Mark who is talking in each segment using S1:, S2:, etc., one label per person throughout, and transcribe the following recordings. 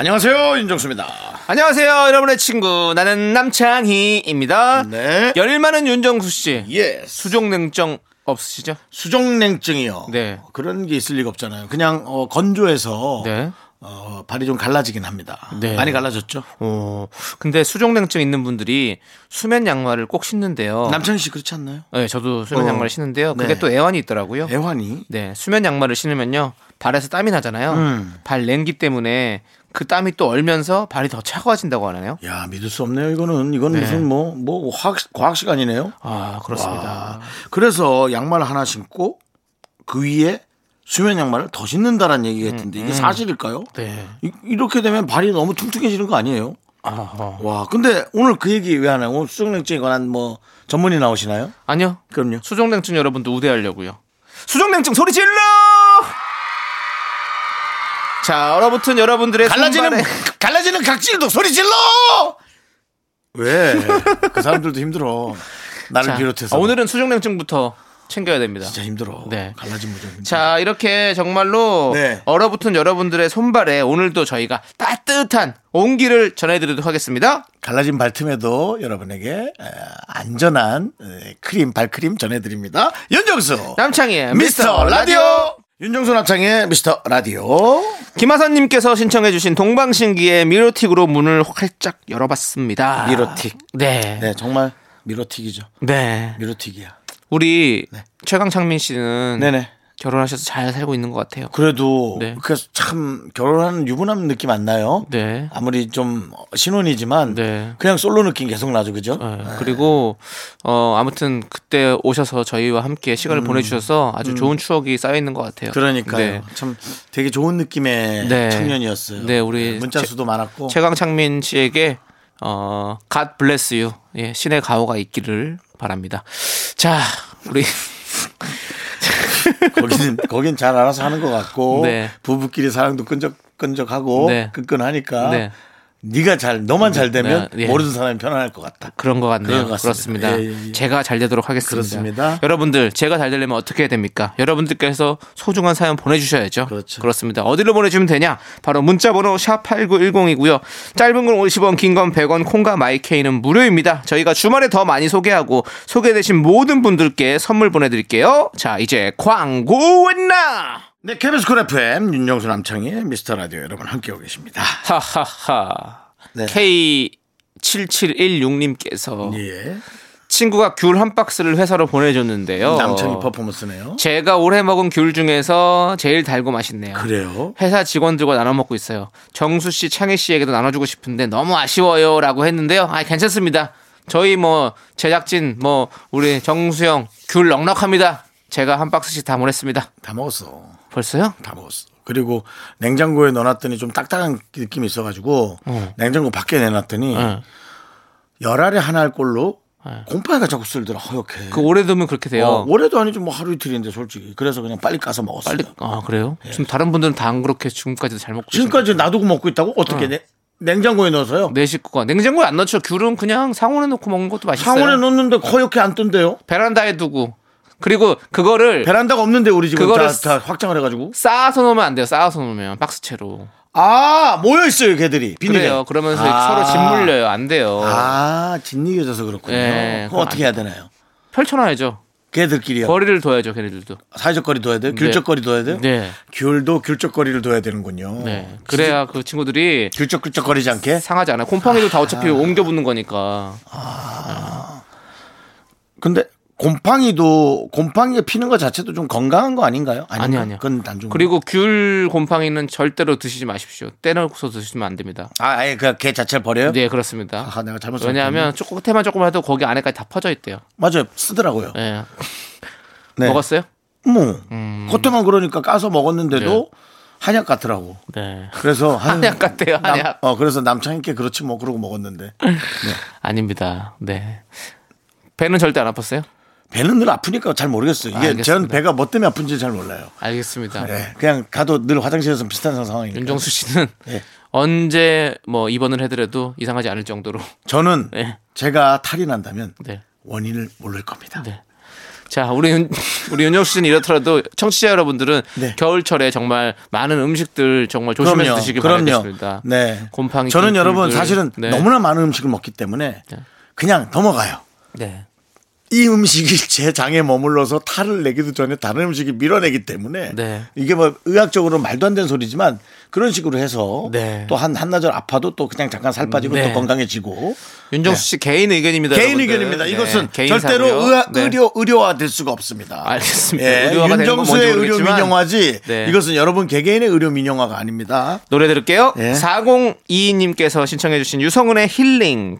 S1: 안녕하세요 윤정수입니다.
S2: 안녕하세요, 여러분의 친구. 나는 남창희입니다.
S1: 네.
S2: 열일 많은 윤정수 씨.
S1: 예. 수,
S2: 수족냉증 없으시죠?
S1: 수족냉증이요. 어,
S2: 네.
S1: 그런 게 있을 리가 없잖아요. 그냥 어, 건조해서
S2: 네.
S1: 어, 발이 좀 갈라지긴 합니다.
S2: 네.
S1: 많이 갈라졌죠.
S2: 어, 근데 수족냉증 있는 분들이 수면 양말을 꼭 신는데요.
S1: 남창희 씨 그렇지 않나요?
S2: 네, 저도 수면
S1: 어.
S2: 양말을 신는데요. 그게
S1: 네.
S2: 또 애환이 있더라고요.
S1: 애환이
S2: 네, 수면 양말을 신으면요. 발에서 땀이 나잖아요. 발 냉기 때문에 그 땀이 또 얼면서 발이 더 차가워진다고 하나요?
S1: 야 믿을 수 없네요. 이거는 이건 무슨 뭐 뭐 화학 과학 시간이네요.
S2: 아, 그렇습니다.
S1: 그래서 양말 하나 신고 그 위에 수면 양말을 더 신는다라는 얘기 같은데 이게 사실일까요?
S2: 음, 네.
S1: 이, 이렇게 되면 발이 너무 퉁퉁해지는 거 아니에요?
S2: 아, 어.
S1: 와 근데 오늘 그 얘기 왜 하나요? 오늘 수족냉증에 관한 뭐 전문의 나오시나요?
S2: 아니요.
S1: 그럼요.
S2: 수족냉증 여러분도 우대하려고요. 수족냉증 소리 질러! 자, 얼어붙은 여러분들의
S1: 갈라지는
S2: 손발에
S1: 갈라지는 각질도 소리 질러! 왜? 그 사람들도 힘들어. 나를
S2: 자, 아,
S1: 비롯해서
S2: 오늘은 수족냉증부터 챙겨야 됩니다.
S1: 진짜 힘들어.
S2: 네.
S1: 갈라진 무좀 힘들어.
S2: 자, 이렇게 정말로
S1: 네.
S2: 얼어붙은 여러분들의 손발에 오늘도 저희가 따뜻한 온기를 전해드리도록 하겠습니다.
S1: 갈라진 발틈에도 여러분에게 에, 안전한 에, 크림 발크림 전해드립니다. 윤정수
S2: 남창희의
S1: 네, 미스터 라디오 윤정수 남창의 미스터 라디오
S2: 김하선님께서 신청해주신 동방신기의 미로틱으로 문을 활짝 열어봤습니다.
S1: 미로틱.
S2: 네. 네.
S1: 네 정말 미로틱이죠. 미로틱이야.
S2: 우리 최강창민 씨는
S1: 네. 음. 네네.
S2: 결혼하셔서 잘 살고 있는 것 같아요.
S1: 그래도
S2: 네.
S1: 그래서 참 결혼하는 유부남 느낌 안 나요?
S2: 네.
S1: 아무리 좀 신혼이지만
S2: 네.
S1: 그냥 솔로 느낌 계속 나죠, 그죠?
S2: 네. 그리고 어 아무튼 그때 오셔서 저희와 함께 시간을 보내주셔서 아주 좋은 추억이 쌓여 있는 것 같아요.
S1: 음. 그러니까요.
S2: 네.
S1: 참 되게 좋은 느낌의
S2: 네.
S1: 청년이었어요.
S2: 네, 우리
S1: 문자
S2: 최-
S1: 수도 많았고.
S2: 최강창민 씨에게 어 God bless you 예, 신의 가호가 있기를 바랍니다. 자 우리
S1: 거기는 거긴 잘 알아서 하는 것 같고
S2: 네.
S1: 부부끼리 사랑도 끈적끈적하고
S2: 네.
S1: 끈끈하니까
S2: 네.
S1: 네가 잘 너만 잘 되면
S2: 네, 예.
S1: 모르는 사람이 편안할 것 같다.
S2: 그런 것 같네요.
S1: 그런 것 같습니다.
S2: 그렇습니다.
S1: 예, 예, 예.
S2: 제가 잘 되도록 하겠습니다.
S1: 그렇습니다.
S2: 여러분들 제가 잘 되려면 어떻게 해야 됩니까? 여러분들께서 소중한 사연 보내주셔야죠.
S1: 그렇죠.
S2: 습니다 어디로 보내주면 되냐? 바로 문자번호 샵 #8910이고요. 짧은 건 50원, 긴 건 100원, 콩과 마이케이는 무료입니다. 저희가 주말에 더 많이 소개하고 소개되신 모든 분들께 선물 보내드릴게요. 자, 이제 광고 했나?
S1: 네, KBS 쿨 FM 윤정수 남창희 미스터 라디오 여러분 함께하고 계십니다.
S2: 하하하.
S1: 네.
S2: K7716님께서
S1: 예.
S2: 친구가 귤 한 박스를 회사로 보내줬는데요.
S1: 남창희 퍼포먼스네요.
S2: 제가 올해 먹은 귤 중에서 제일 달고 맛있네요.
S1: 그래요.
S2: 회사 직원들과 나눠 먹고 있어요. 정수 씨, 창희 씨에게도 나눠주고 싶은데 너무 아쉬워요라고 했는데요. 아, 괜찮습니다. 저희 뭐 제작진 뭐 우리 정수영 귤 넉넉합니다. 제가 한 박스씩 다 보냈습니다.
S1: 다 먹었어.
S2: 벌써요?
S1: 다 먹었어. 그리고 냉장고에 넣어놨더니 좀 딱딱한 느낌이 있어가지고 냉장고 밖에 내놨더니
S2: 네.
S1: 열알에 하나일 걸로 곰팡이가 자꾸 쓸더라 허옇게.
S2: 그 오래 두면 그렇게 돼요.
S1: 어, 올해도 아니죠 뭐 하루 이틀인데 솔직히 그래서 그냥 빨리 까서 먹었어요.
S2: 빨리 아 그래요? 지금 다른 분들은 다 안 그렇게 지금까지도 잘 먹고 계신
S1: 예.
S2: 네,
S1: 지금까지 놔두고 먹고 있다고 어떻게 내- 냉장고에 넣어서요?
S2: 내 식구가 냉장고에 안 넣죠. 귤은 그냥 상온에 넣고 먹는 것도 맛있어요.
S1: 상온에 넣었는데 허옇게 안 뜬대요.
S2: 베란다에 두고 그리고 그거를
S1: 베란다가 없는데 우리 집은
S2: 그거를
S1: 다, 다 확장을 해가지고
S2: 쌓아서 놓으면 안 돼요. 쌓아서 놓으면 박스채로.
S1: 아 모여 있어요 걔들이 비닐에.
S2: 그래요. 그러면서
S1: 아.
S2: 서로 짓물려요. 안 돼요.
S1: 아 짓니겨져서 그렇군요.
S2: 예,
S1: 그럼
S2: 그럼
S1: 어떻게 해야 되나요?
S2: 펼쳐놔야죠.
S1: 걔들끼리요.
S2: 거리를 둬야죠. 걔네들도.
S1: 사회적 거리 둬야 돼요?
S2: 네.
S1: 귤적 거리 둬야 돼요? 어.
S2: 네.
S1: 귤도 귤적 거리를 둬야 되는군요.
S2: 네. 그래야 그 친구들이
S1: 귤적 귤적 거리지 않게.
S2: 상하지 않아요. 곰팡이도 다 어차피 옮겨 붙는 거니까.
S1: 근데 곰팡이도 곰팡이가 피는 것 자체도 좀 건강한 거 아닌가요? 아닌가?
S2: 아니 아니요.
S1: 그건 단종.
S2: 그리고 귤 곰팡이는 절대로 드시지 마십시오. 떼놓고서 드시면 안 됩니다.
S1: 아, 아예 그걔 자체를 버려요?
S2: 네, 그렇습니다.
S1: 아, 내가 잘못
S2: 왜냐하면 조금 끝에만 조금 해도 거기 안에까지 다 퍼져 있대요.
S1: 맞아요. 쓰더라고요.
S2: 예.
S1: 네.
S2: 먹었어요? 음.
S1: 뭐 겉에만 그러니까 까서 먹었는데도 한약 같더라고.
S2: 네.
S1: 그래서 한-
S2: 한약 같대요,
S1: 남-
S2: 한약.
S1: 어 그래서 남창이께 그렇지 뭐 그러고 먹었는데
S2: 아닙니다. 네. 배는 절대 안 아팠어요?
S1: 배는 늘 아프니까 잘 모르겠어요. 이게
S2: 알겠습니다.
S1: 저는 배가 뭐 때문에 아픈지 잘 몰라요.
S2: 알겠습니다.
S1: 예, 그냥 가도 늘 화장실에서 비슷한 상황이니까.
S2: 윤정수 씨는
S1: 예.
S2: 언제 뭐 입원을 해드려도 이상하지 않을 정도로.
S1: 저는
S2: 네.
S1: 제가 탈이 난다면
S2: 네.
S1: 원인을 모를 겁니다.
S2: 네. 자, 우리 윤, 우리 윤정수 씨는 이렇더라도 청취자 여러분들은
S1: 네.
S2: 겨울철에 정말 많은 음식들 정말 조심해서 드시길 바라겠습니다.
S1: 네.
S2: 곰팡이.
S1: 저는 여러분
S2: 꿀꿀들.
S1: 사실은
S2: 네.
S1: 너무나 많은 음식을 먹기 때문에 그냥 넘어가요.
S2: 네.
S1: 이 음식이 제 장에 머물러서 탈을 내기도 전에 다른 음식이 밀어내기 때문에
S2: 네.
S1: 이게 뭐 의학적으로 말도 안 되는 소리지만 그런 식으로 해서
S2: 네.
S1: 또 한 한나절 아파도 또 그냥 잠깐 살 빠지고
S2: 네.
S1: 또 건강해지고
S2: 윤정수 씨 개인 의견입니다.
S1: 개인
S2: 여러분들.
S1: 의견입니다.
S2: 네,
S1: 이것은
S2: 개인
S1: 절대로
S2: 사고요.
S1: 의학,
S2: 네. 아,
S1: 의료 의료화 될 수가 없습니다.
S2: 알겠습니다.
S1: 예,
S2: 의료화가 되는 건 뭔지
S1: 윤정수의 의료
S2: 모르겠지만
S1: 민영화지
S2: 네.
S1: 이것은 여러분 개개인의 의료 민영화가 아닙니다.
S2: 노래 들을게요.
S1: 예.
S2: 4022님께서 신청해주신 유성은의 힐링,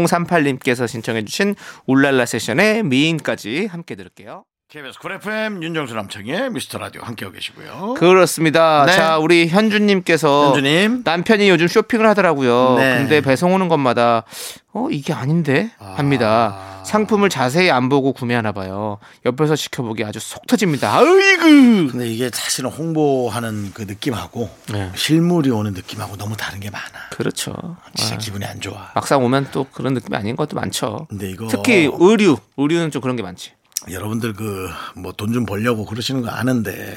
S2: K2038님께서 신청해주신 울랄라 세션의 미인까지 함께 들을게요.
S1: KBS 쿨 FM 윤정수 남창의 미스터 라디오 함께하고 계시고요.
S2: 그렇습니다.
S1: 네.
S2: 자, 우리 현주님께서
S1: 현주님.
S2: 남편이 요즘 쇼핑을 하더라고요.
S1: 네.
S2: 근데 배송 오는 것마다 어 이게 아닌데 합니다. 상품을 자세히 안 보고 구매하나 봐요. 옆에서 지켜보기 아주 속 터집니다. 아이고.
S1: 근데 이게 사실은 홍보하는 그 느낌하고
S2: 네.
S1: 실물이 오는 느낌하고 너무 다른 게 많아.
S2: 그렇죠.
S1: 진짜
S2: 아,
S1: 기분이 안 좋아.
S2: 막상 오면 또 그런 느낌이 아닌 것도 많죠.
S1: 근데 이거-
S2: 특히 의류, 의류는 좀 그런 게 많지.
S1: 여러분들 그 뭐 돈 좀 벌려고 그러시는 거 아는데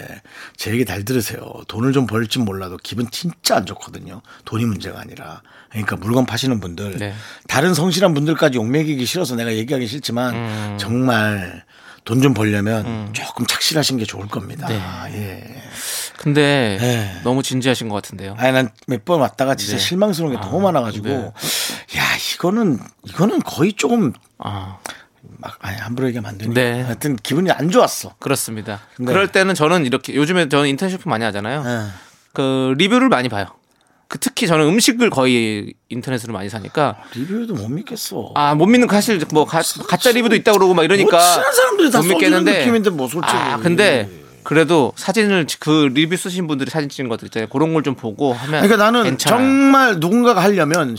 S1: 제 얘기 잘 들으세요. 돈을 좀 벌지 몰라도 기분 진짜 안 좋거든요. 돈이 문제가 아니라. 그러니까 물건 파시는 분들
S2: 네.
S1: 다른 성실한 분들까지 욕먹이기 싫어서 내가 얘기하기 싫지만
S2: 음.
S1: 정말 돈 좀 벌려면 조금 착실하신 게 좋을 겁니다.
S2: 네.
S1: 예.
S2: 근데
S1: 네.
S2: 너무 진지하신 것 같은데요.
S1: 아니 난 몇 번 왔다가 진짜 실망스러운 게 너무 많아가지고
S2: 네.
S1: 야 이거는 이거는 거의 조금
S2: 아,
S1: 막 아니 함부로 얘기하면 안 되니까
S2: 네.
S1: 하여튼 기분이 안 좋았어.
S2: 그렇습니다.
S1: 네.
S2: 그럴 때는 저는 이렇게 요즘에 저는 인터넷 쇼핑 많이 하잖아요.
S1: 예.
S2: 그 리뷰를 많이 봐요. 그 특히 저는 음식을 거의 인터넷으로 많이 사니까
S1: 리뷰도 못 믿겠어.
S2: 아 못 믿는 거 사실 뭐 가, 가짜 리뷰도 있다 그러고 막 이러니까
S1: 뭐 친한 사람들이 다
S2: 못
S1: 써주는
S2: 믿겠는데.
S1: 느낌인데 뭐 솔직히.
S2: 아 근데 그래도 사진을 그 리뷰 쓰신 분들이 사진 찍은 것들 있잖아요. 그런 걸 좀 보고 하면
S1: 그러니까 나는
S2: 괜찮아요.
S1: 정말 누군가가 하려면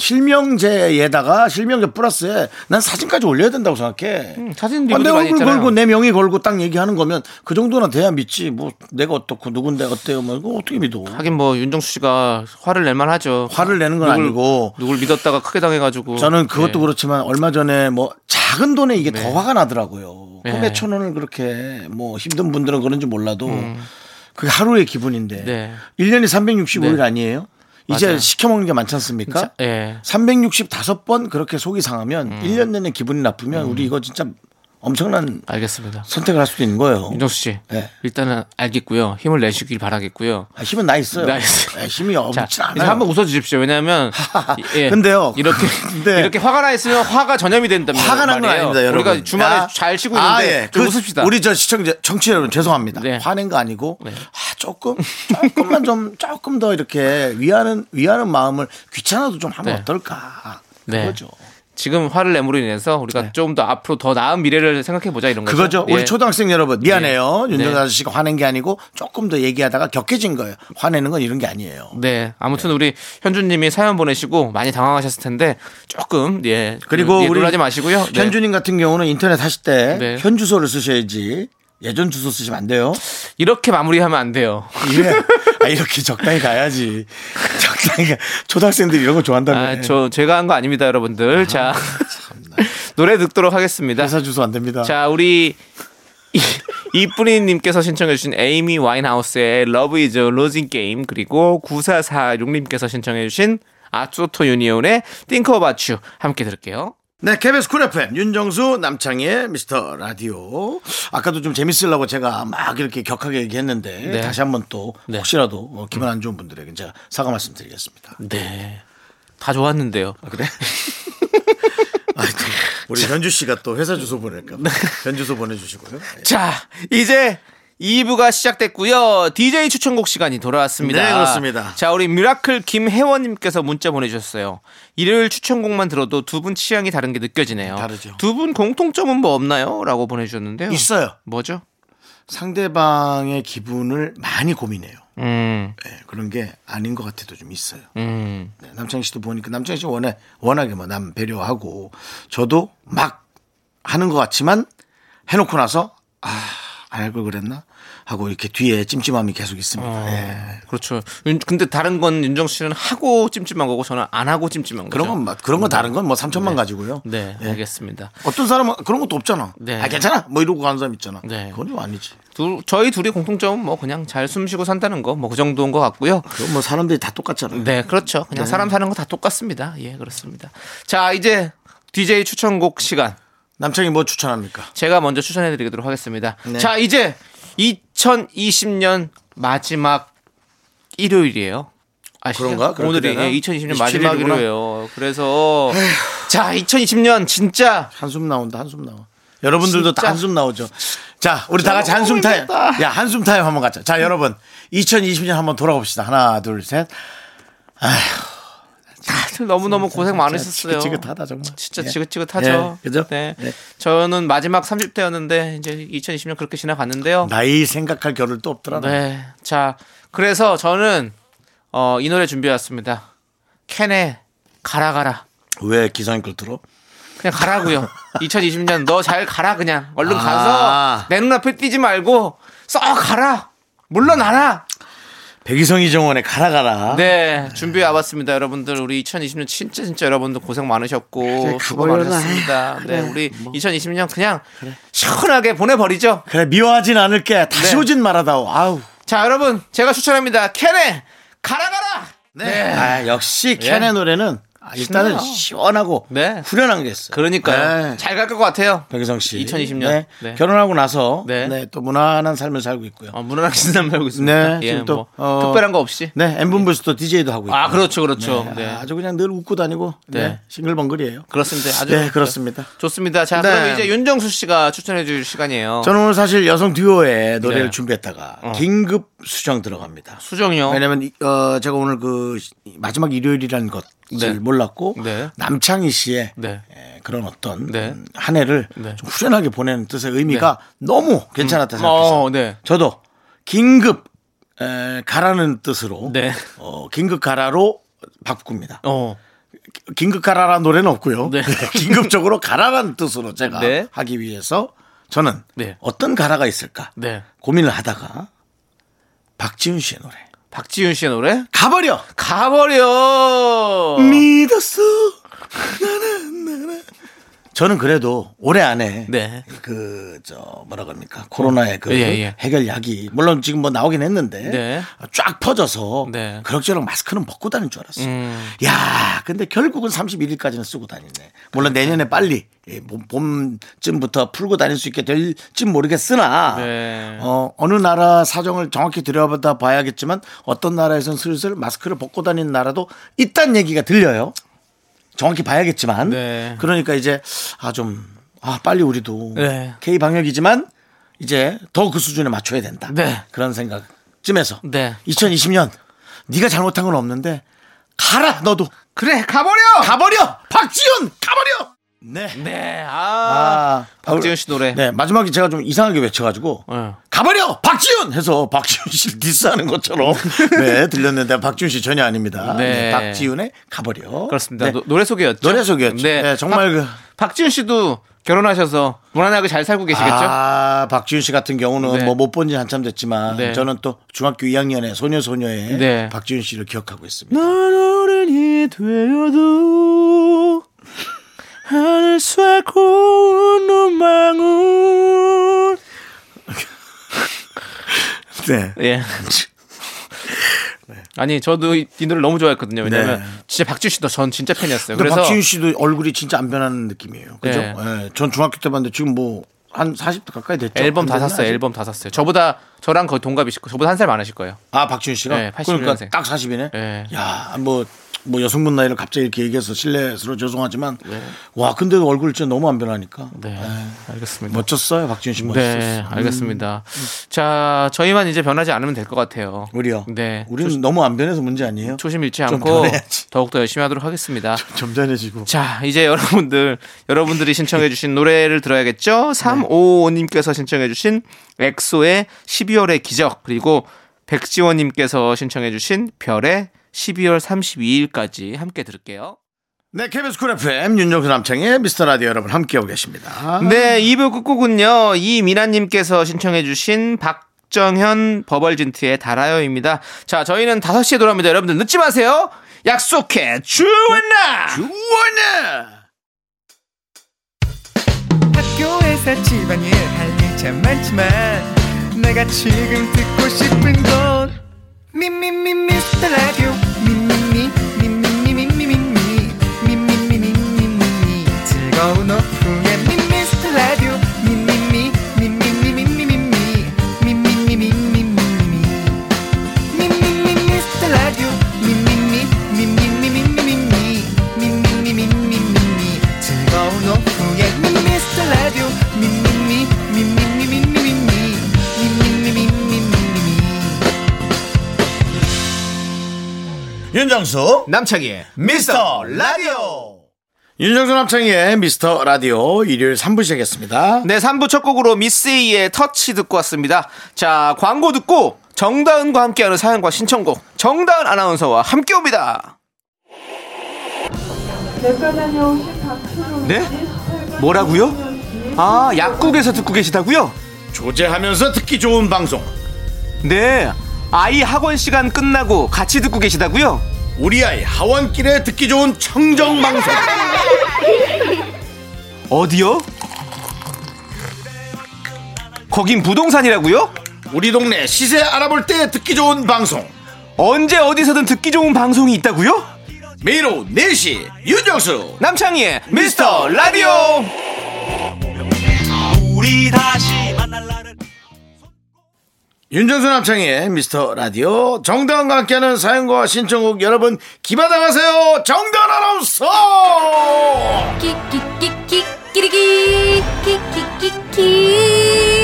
S1: 실명제에다가 실명제 플러스에 난 사진까지 올려야 된다고 생각해.
S2: 사진
S1: 아, 내
S2: 음. 리뷰도 많이
S1: 얼굴
S2: 있잖아요.
S1: 걸고 내 명의 걸고 딱 얘기하는 거면 그 정도는 돼야 믿지. 뭐 내가 어떻고 누군데 어때요? 뭐 이거 어떻게 믿어?
S2: 하긴 뭐 윤정수 씨가 화를 낼만 하죠.
S1: 화를 내는 건 아니고
S2: 누굴 믿었다가 크게 당해가지고
S1: 저는 그것도
S2: 네.
S1: 그렇지만 얼마 전에 뭐 작은 돈에 이게 더 화가 나더라고요.
S2: 네.
S1: 몇천 원을 그렇게 뭐 힘든 분들은 그런지 몰라도 그게 하루의 기분인데
S2: 음. 네.
S1: 1년이 365일
S2: 네.
S1: 아니에요? 이제
S2: 맞아요.
S1: 시켜 먹는 게 많지 않습니까?
S2: 자, 예.
S1: 365번 그렇게 속이 상하면
S2: 음.
S1: 1년 내내 기분이 나쁘면 우리 이거 진짜 엄청난
S2: 알겠습니다.
S1: 선택을 할 수도 있는 거예요.
S2: 윤정수 씨
S1: 네.
S2: 일단은 알겠고요. 힘을 내시길 바라겠고요.
S1: 아, 힘은 나 있어요.
S2: 나 있어요.
S1: 네, 힘이
S2: 자,
S1: 없진
S2: 이제
S1: 않아요.
S2: 한번 웃어주십시오. 왜냐하면 예,
S1: 근데요.
S2: 이렇게
S1: 근데
S2: 이렇게 화가 나 있으면 화가 전염이 된답니다.
S1: 화가 난 건
S2: 말이에요.
S1: 아닙니다, 여러분.
S2: 우리가 주말에
S1: 아,
S2: 잘 쉬고 있는데
S1: 아, 예.
S2: 좀
S1: 그
S2: 웃읍시다.
S1: 우리 저 시청자, 청취자 여러분 죄송합니다.
S2: 네.
S1: 화낸 거 아니고 아, 조금 조금만 좀 조금 더 이렇게 위하는 위하는 마음을 귀찮아도 좀 하면
S2: 네.
S1: 어떨까?
S2: 네.
S1: 그거죠.
S2: 지금 화를 내므로 인해서 우리가 좀 더 앞으로 더 나은 미래를 생각해 보자 이런 거죠.
S1: 네. 그거죠. 우리
S2: 예.
S1: 초등학생 여러분 미안해요.
S2: 네.
S1: 윤정수
S2: 네.
S1: 아저씨가 화낸 게 아니고 조금 더 얘기하다가 격해진 거예요. 화내는 건 이런 게 아니에요.
S2: 네, 아무튼 우리 현주님이 사연 보내시고 많이 당황하셨을 텐데 조금 예
S1: 그리고
S2: 예,
S1: 우리
S2: 놀라지 마시고요. 네.
S1: 현주님 같은 경우는 인터넷 하실 때
S2: 네.
S1: 현 주소를 쓰셔야지 예전 주소 쓰시면 안 돼요.
S2: 이렇게 마무리하면 안 돼요.
S1: 예. 아, 이렇게 적당히 가야지. 적당히 가. 초등학생들이 이런 거 좋아한다며. 네.
S2: 아, 저 제가 한 거 아닙니다, 여러분들. 자 노래 듣도록 하겠습니다.
S1: 회사 주소 안 됩니다.
S2: 자 우리 이- 이쁜이님께서 신청해주신 에이미 와인하우스의 러브 이즈 로징 게임 그리고 9446님께서 신청해주신 아츠토 유니온의 띵크 오바츄 함께 들을게요.
S1: 네, KBS 쿨 FM 윤정수 남창희의 미스터 라디오. 아까도 좀 재밌으려고 제가 막 이렇게 격하게 얘기했는데
S2: 네.
S1: 다시 한번 또
S2: 네.
S1: 혹시라도 어, 기분 안 좋은 분들에게 제가 사과 말씀드리겠습니다.
S2: 네. 다 좋았는데요.
S1: 아, 그래? 우리 현주 씨가 또 회사 주소 보낼까? 봐. 현 주소 보내주시고요.
S2: 네. 자, 이제 2부가 시작됐고요. DJ 추천곡 시간이 돌아왔습니다.
S1: 네, 그렇습니다.
S2: 자, 우리 미라클 김혜원 님께서 문자 보내 주셨어요. 일요일 추천곡만 들어도 두 분 취향이 다른 게 느껴지네요.
S1: 다르죠.
S2: 두 분 공통점은 뭐 없나요? 라고 보내 주셨는데요.
S1: 있어요.
S2: 뭐죠?
S1: 상대방의 기분을 많이 고민해요.
S2: 음,
S1: 예, 그런 게 아닌 것 같아도 좀 있어요.
S2: 음,
S1: 네, 남창희 씨도 보니까 남창희 씨 원해 워낙에 뭐 남 배려하고 저도 막 하는 것 같지만 해놓고 나서 아안 할 걸 그랬나 하고 이렇게 뒤에 찜찜함이 계속 있습니다. 예.
S2: 그렇죠. 윤- 근데 다른 건 윤정 씨는 하고 찜찜한 거고 저는 안 하고 찜찜한 거죠.
S1: 그런 건 맞- 그런 건 다른 건 뭐 3천만 가지고요.
S2: 네,
S1: 예.
S2: 알겠습니다.
S1: 어떤 사람은 그런 것도 없잖아.
S2: 네.
S1: 아 괜찮아 뭐 이러고 가는 사람 있잖아.
S2: 네.
S1: 그건 좀 아니지.
S2: 둘, 저희 둘이 공통점은 뭐 그냥 잘 숨쉬고 산다는 거 뭐 그 정도인 것 같고요.
S1: 그건 뭐 사람들이 다 똑같잖아.
S2: 네, 그렇죠. 그냥 사람 사는 거 다 똑같습니다. 예, 그렇습니다. 자, 이제 DJ 추천곡 시간.
S1: 남창이 뭐 추천합니까?
S2: 제가 먼저 추천해 드리도록 하겠습니다.
S1: 네.
S2: 자, 이제 2020년 마지막 일요일이에요. 아시죠?
S1: 그런가? 그렇게
S2: 오늘이
S1: 되나?
S2: 예, 2020년
S1: 27일
S2: 마지막
S1: 이구나.
S2: 일요일이에요. 그래서 자, 2020년 진짜
S1: 한숨 나온다 한숨 나와. 여러분들도
S2: 진짜.
S1: 다 한숨 나오죠. 자, 우리 다 같이 한숨 타임.
S2: 힘들다.
S1: 야, 한숨 타임 한번 가자. 자, 여러분. 2020년 한번 돌아봅시다. 하나, 둘, 셋.
S2: 다들 너무너무 고생 많으셨어요.
S1: 아, 지긋지긋하다 정말.
S2: 진짜
S1: 예.
S2: 지긋지긋하죠.
S1: 예, 그죠?
S2: 네.
S1: 네.
S2: 저는 마지막 30대였는데 이제 2020년 그렇게 지나갔는데요.
S1: 나이 생각할 겨를 또 없더라.
S2: 네. 자, 그래서 저는 어, 이 노래 준비해왔습니다. 캔의 가라 가라.
S1: 왜 기상이 끌들어?
S2: 그냥 가라고요. 2020년 너 잘 가라 그냥 얼른
S1: 아.
S2: 가서 내 눈앞에 띄지 말고 썩 가라. 물러나라.
S1: 백이성이 정원에 가라 가라.
S2: 네, 준비해 와봤습니다, 여러분들. 우리 2020년 진짜 진짜 여러분들 고생 많으셨고 수고
S1: 가버려라.
S2: 많으셨습니다. 네, 우리 2020년 그냥 시원하게 보내버리죠.
S1: 그래 미워하진 않을게. 다시
S2: 네.
S1: 오진 말아다오. 아우.
S2: 자, 여러분 제가 추천합니다. 캔의 가라 가라.
S1: 아, 역시 캔의 노래는 아, 일단은
S2: 네. 신나요.
S1: 시원하고
S2: 네.
S1: 후련한 게 있어요.
S2: 그러니까요.
S1: 네.
S2: 잘 갈 것 같아요.
S1: 백이성 씨.
S2: 2020 년.
S1: 네.
S2: 네.
S1: 결혼하고 나서
S2: 네.
S1: 네. 또 무난한 삶을 살고 있고요.
S2: 어, 무난하게 신남 살고 있습니다.
S1: 네,
S2: 예,
S1: 지금 또,
S2: 뭐
S1: 어,
S2: 특별한 거 없이.
S1: 네, 엠분부스 또 DJ도 하고 있고.
S2: 아, 그렇죠, 그렇죠. 네,
S1: 아주 그냥 늘 웃고 다니고
S2: 네.
S1: 네. 싱글벙글이에요.
S2: 그렇습니다. 아주 그렇죠.
S1: 네, 그렇습니다.
S2: 좋습니다. 자,
S1: 네.
S2: 그럼 이제 윤정수 씨가 추천해 줄 시간이에요.
S1: 저는 오늘 사실 여성 듀오의 노래를
S2: 어. 네.
S1: 준비했다가 긴급 수정 들어갑니다.
S2: 수정이요.
S1: 왜냐면 이- 어, 제가 오늘 그 시- 마지막 일요일이라는 것을
S2: 네.
S1: 몰랐고
S2: 네.
S1: 남창희 씨의
S2: 네.
S1: 에, 그런 어떤
S2: 네.
S1: 음, 한 해를
S2: 네.
S1: 좀 후련하게 보내는 뜻의 의미가 너무 괜찮았다 생각해서
S2: 어, 네.
S1: 저도 긴급 에, 가라는 뜻으로
S2: 네.
S1: 어, 긴급 가라로 바꿉니다.
S2: 어.
S1: 긴급 가라라는 노래는 없고요.
S2: 네.
S1: 긴급적으로 가라라는 뜻으로 제가
S2: 네.
S1: 하기 위해서 저는
S2: 네.
S1: 어떤 가라가 있을까
S2: 네.
S1: 고민을 하다가 박지훈 씨의 노래
S2: 박지윤 씨의 노래
S1: 가버려
S2: 가버려.
S1: 믿었어 나나나나. 저는 그래도 올해 안에
S2: 네.
S1: 그 저 뭐라 그럽니까 코로나의 그
S2: 예, 예.
S1: 해결약이 물론 지금 뭐 나오긴 했는데
S2: 네.
S1: 쫙 퍼져서
S2: 네.
S1: 그럭저럭 마스크는 벗고 다닐 줄 알았어.
S2: 음.
S1: 야, 근데 결국은 31일까지는 쓰고 다니네.
S2: 그렇죠.
S1: 물론 내년에 빨리 예, 봄- 봄쯤부터 풀고 다닐 수 있게 될진 모르겠으나
S2: 네.
S1: 어, 어느 나라 사정을 정확히 들여다 봐야겠지만 어떤 나라에선 슬슬 마스크를 벗고 다니는 나라도 있다는 얘기가 들려요. 정확히 봐야겠지만
S2: 네.
S1: 그러니까 이제 아 좀 아, 빨리 우리도
S2: 네.
S1: K 방역이지만 이제 더 그 수준에 맞춰야 된다.
S2: 네.
S1: 그런 생각쯤에서
S2: 네.
S1: 2020년 네가 잘못한 건 없는데 가라 너도
S2: 그래, 가버려.
S1: 가버려 박지훈 가버려. 네.
S2: 네. 아. 박지훈 씨 노래.
S1: 네 마지막에 제가 좀 이상하게 외쳐가지고
S2: 네.
S1: 가버려 박지훈 해서 박지훈 씨를 디스하는 것처럼 네 들렸는데 박지훈 씨 전혀 아닙니다. 네,
S2: 네.
S1: 박지훈의 가버려.
S2: 그렇습니다.
S1: 네.
S2: 노, 노래 소개였죠.
S1: 노래 소개였죠. 네, 정말 그-
S2: 박지윤 씨도 결혼하셔서 무난하게 잘 살고 계시겠죠?
S1: 아, 박지훈 씨 같은 경우는
S2: 네.
S1: 뭐 못 본 지 한참 됐지만
S2: 네.
S1: 저는 또 중학교 2학년에 소녀소녀의
S2: 네.
S1: 박지훈 씨를 기억하고 있습니다.
S2: 넌 어른이 되어도 하늘 쇠 고운 눈망울
S1: 네.
S2: 예. 아니 저도 이, 이 노래 너무 좋아했거든요. 왜냐면
S1: 네.
S2: 진짜 박지윤 씨도 전 진짜 팬이었어요.
S1: 근데
S2: 그래서
S1: 박지윤 씨도 얼굴이 진짜 안 변하는 느낌이에요. 그죠?
S2: 네.
S1: 예, 전 중학교 때 봤는데 지금 뭐 한 40대 가까이 됐죠.
S2: 앨범
S1: 안
S2: 다
S1: 됐나,
S2: 샀어요.
S1: 아직?
S2: 앨범 다 샀어요. 저보다 저랑 거의 동갑이시고 저보다 한 살 많으실 거예요.
S1: 아, 박지윤 씨가
S2: 네, 81
S1: 그러니까
S2: 년생.
S1: 딱 40이네.
S2: 네.
S1: 야, 뭐 뭐 여성분 나이를 갑자기 이렇게 얘기해서 실례스러워 죄송하지만 와 근데도 얼굴 진짜 너무 안 변하니까
S2: 네, 알겠습니다.
S1: 멋졌어요 박지윤 씨 멋졌어요 음.
S2: 네, 알겠습니다. 자, 저희만 이제 변하지 않으면 될 것 같아요.
S1: 우리요
S2: 네,
S1: 우리는 너무 안 변해서 문제 아니에요
S2: 초심 잃지
S1: 좀
S2: 않고
S1: 변해야지.
S2: 더욱더 열심히 하도록 하겠습니다.
S1: 점잖해지고
S2: 자, 이제 여러분들, 여러분들이 신청해주신 노래를 들어야겠죠? 3 3355님께서 신청해주신 엑소의 12월의 기적 그리고 백지원님께서 신청해주신 별의 12월 32일까지 함께 들을게요.
S1: 네, KBS 쿨 FM 윤정수 남창의 미스터 라디오 여러분 함께하고 계십니다.
S2: 네, 2부 끝곡은요. 이미나님께서 신청해주신 박정현 버벌진트의 달아요입니다. 자, 저희는 5시에 돌아옵니다. 여러분들 늦지 마세요. 약속해 주원나
S1: 주원아!
S3: 학교에서 집안일 할 일 참 많지만 내가 지금 듣고 싶은 건 미미미 미스터 라디오 미미미 미미미 미미미 미미미 미미미 즐거운 오후에 미스터 라디오 미미미 미미미 미미미 미미미 미미미
S1: 윤정수
S2: 남창희의
S1: 미스터 라디오 윤정수 남창의 미스터 라디오 일요일 3부 시작했습니다.
S2: 네, 3부 첫 곡으로 미스이의 터치 듣고 왔습니다. 자, 광고 듣고 정다은과 함께하는 사연과 신청곡 정다은 아나운서와 함께 옵니다. 네? 뭐라고요? 아, 약국에서 듣고 계시다고요?
S1: 조제하면서 듣기 좋은 방송
S2: 네. 아이 학원 시간 끝나고 같이 듣고 계시다고요?
S1: 우리 아이 하원길에 듣기 좋은 청정 방송
S2: 어디요? 거긴 부동산이라고요?
S1: 우리 동네 시세 알아볼 때 듣기 좋은 방송
S2: 언제 어디서든 듣기 좋은 방송이 있다고요?
S1: 매일 오후 4시 윤정수
S2: 남창희의 미스터 라디오
S1: 윤정수 남창의 미스터 라디오 정다은과 함께하는 사연과 신청곡 여러분 기바당하세요 정다은 아나운서
S4: 끼끼끼끼 끼리기
S2: 네.
S4: 끼끼끼끼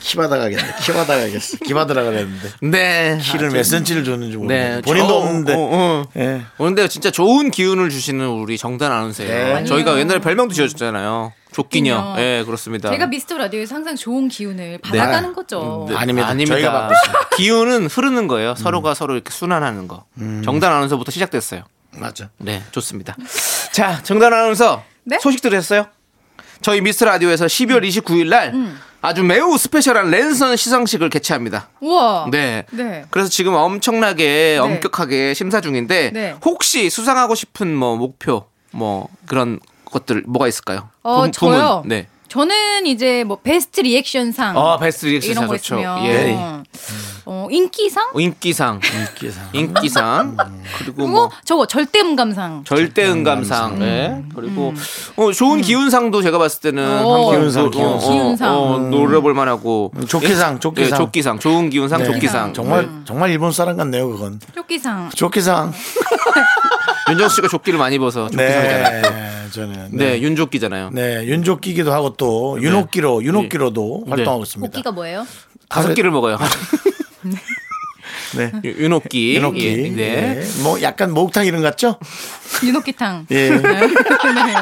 S1: 키바다가겠네 키바다가겠어 키바드라 그랬는데
S2: 네
S1: 키를 몇 센치를 줬는지 모르겠네
S2: 네
S1: 본인도
S2: 저-
S1: 없는데
S2: 어, 어.
S1: 예.
S2: 오는데 진짜 좋은 기운을 주시는 우리 정단 아나운서예요
S1: 네.
S2: 저희가 옛날에 별명도 지어줬잖아요 조끼녀
S4: 조끼녀.
S2: 예 그렇습니다
S4: 제가 미스터 라디오에서 항상 좋은
S2: 네.
S4: 기운을 받아가는
S2: 음.
S4: 거죠.
S1: 네. 아닙니다. 음. 저희가 받고
S2: 기운은 흐르는 거예요 서로가 서로 이렇게 순환하는 거
S1: 음.
S2: 정단 아나운서부터 시작됐어요
S1: 맞죠
S2: 네, 좋습니다. 자, 정단 아나운서
S4: 네?
S2: 소식 들으셨어요? 저희 미스터 라디오에서 12월 29일 날 아주 매우 스페셜한 랜선 시상식을 개최합니다.
S4: 우와.
S2: 네.
S4: 네.
S2: 그래서 지금 엄청나게 엄격하게 심사 중인데
S4: 네.
S2: 혹시 수상하고 싶은 뭐 목표 뭐 그런 것들 뭐가 있을까요?
S4: 어,
S2: 부- 부문.
S4: 저요.
S2: 네.
S4: 저는 이제 뭐 베스트 리액션상
S2: 아, 베스트 리액션
S4: 이런 거
S2: 좋죠.
S4: 있으면
S2: 예. 뭐,
S4: 어, 인기상
S2: 인기상,
S1: 기상
S2: 인기상 그리고
S4: 그거
S2: 뭐
S4: 저거 절대음감상.
S2: 절대 응감상. 네. 그리고 어, 좋은 기운상도 제가 봤을 때는
S4: 음. 오.
S2: 한번
S1: 기운상,
S2: 또, 어,
S1: 기운상.
S4: 기운상.
S2: 노려볼 만하고
S1: 조끼상,
S2: 예,
S1: 조끼상.
S2: 예, 음. 조끼상. 좋은 기운상
S1: 네.
S2: 조끼상.
S1: 정말 정말 일본 사람 같네요 그건
S4: 쪽기상.
S1: 조끼상
S2: 윤정수 씨가 조끼를 많이 입어서 조끼상이잖아요. 네.
S1: 네 저는
S2: 윤조끼잖아요.
S1: 네, 윤조끼기도 하고 또 윤옥기로 윤옥기로도 활동하고 있습니다.
S4: 복귀가 뭐예요?
S2: 다섯 끼를 먹어요.
S1: 네.
S2: 유- 윤옥끼.
S1: 윤옥기.
S2: 예, 네.
S1: 예. 뭐 약간 목탕 이름 같죠?
S4: 유노키탕. 네.
S1: 예.